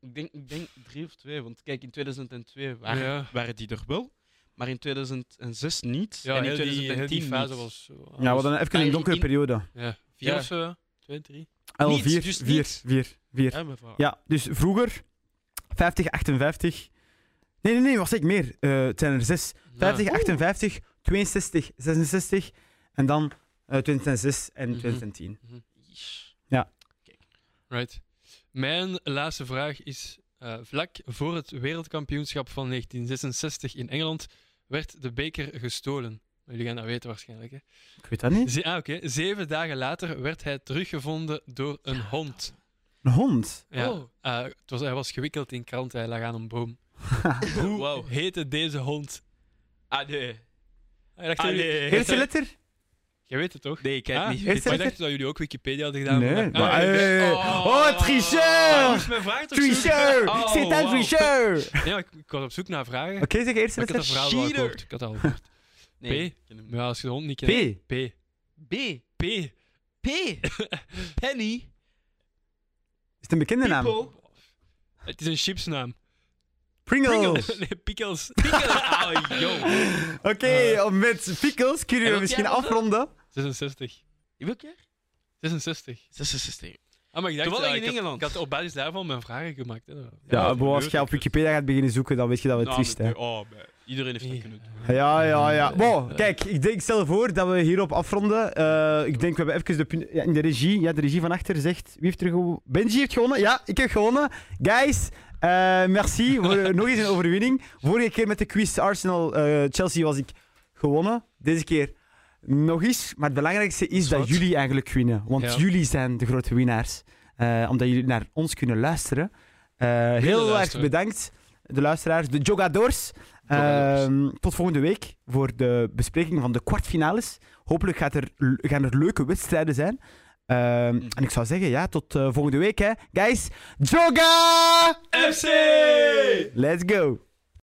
Ik denk, ik denk drie of twee, want kijk, in 2002 waren,
Ja.
waren die er wel, maar in 2006 niet.
Ja,
en in
heel die- heel
2010
die fase
niet.
was... eh,
Ja, we
alles.
hadden even een
Ah,
donkere
in-
periode.
Ja, vier
Ja.
of zo, twee, drie.
Al
niets,
4,
dus
4,
niets.
4, 4.
Ja, mevrouw.
Ja, dus vroeger 50, 58. Nee, nee, nee, was ik meer. Eh, het zijn er 6. 50, 58, 62, 66 en dan eh, 2006 en
Mhm.
2010.
Yeesh.
Right. Mijn laatste vraag is: eh, vlak voor het wereldkampioenschap van 1966 in Engeland werd de beker gestolen. Maar Jullie gaan dat weten waarschijnlijk. Hè?
Ik weet dat niet.
Ze- ah, oké. Zeven dagen later werd hij teruggevonden door een hond.
Een hond.
Ja.
Oh.
Eh, het was, hij was gewikkeld in krant, hij lag aan een boom. Hoe
Wow.
heette deze hond?
Ah,
Ah,
nee.
ik dacht
Ah,
dat jullie-
nee.
Eerste letter?
Je weet het toch?
Nee, ik heb
Ah,
het niet.
eerste
Maar ik
letter?
dacht dat jullie ook Wikipedia hadden gedaan.
Nee.
vandaag. Ah,
maar-
oké.
eh,
Oh.
Oh,
Ah, je
tricheur!
moest mijn vraag toch
Tricheur!
zoeken? Oh,
C'est un
wow.
tricheur!
Nee, maar ik, ik was op zoek naar vragen.
Oké, zeg eerste
Maar ik had dat
letter.
verhaal wel al
Cheater.
gehoord. Ik had dat al gehoord.
Nee,
P.
ik ken hem
Maar ja, als je de hond niet kent...
P.
P.
niet. B.
P.
P. Penny.
Is het een bekende naam?
People.
Het is een chipsnaam.
Pringles.
nee, pickles.
Ah, yo.
Oké,
Eh.
om met pickles kunnen
En
we
wat
misschien
jij was, hè?
afronden.
66.
Welke?
66.
66.
Ah, maar ik dacht,
Terwijl
ja,
in
ik had-
Engeland.
Ik had op basis daarvan mijn vragen gemaakt. Hè.
Ja,
dat
maar als
gebeurt
je op
ook, hè.
Wikipedia gaat beginnen zoeken, dan weet je dat we
Nou,
triest
maar-
hè.
oh, maar iedereen heeft dat
Ja.
kunnen doen.
Ja, ja, ja.
Eh,
Bon,
eh.
kijk, ik, denk, ik stel voor dat we hierop afronden. Eh, ik denk, we hebben even de, pun- ja, in de regie. Ja, de regie van achter zegt, wie heeft er gewonnen? Benji heeft gewonnen. Ja, ik heb gewonnen. Guys, eh, merci voor eh, nog eens een overwinning. Vorige keer met de quiz Arsenal-Chelsea was ik gewonnen. Deze keer nog eens. Maar het belangrijkste is dat
Zot.
jullie eigenlijk winnen. Want
Ja.
jullie zijn de grote winnaars. Eh, omdat jullie naar ons kunnen luisteren. Eh, heel erg
luisteren.
bedankt, de luisteraars, de jogadors.
Jogadors.
Ehm, tot volgende week voor de bespreking van de kwartfinales. Hopelijk gaat er, gaan er leuke wedstrijden zijn. Ehm,
Mhm.
En ik zou zeggen, ja, tot eh, volgende week, hè. Guys, Joga!
FC!
Let's go!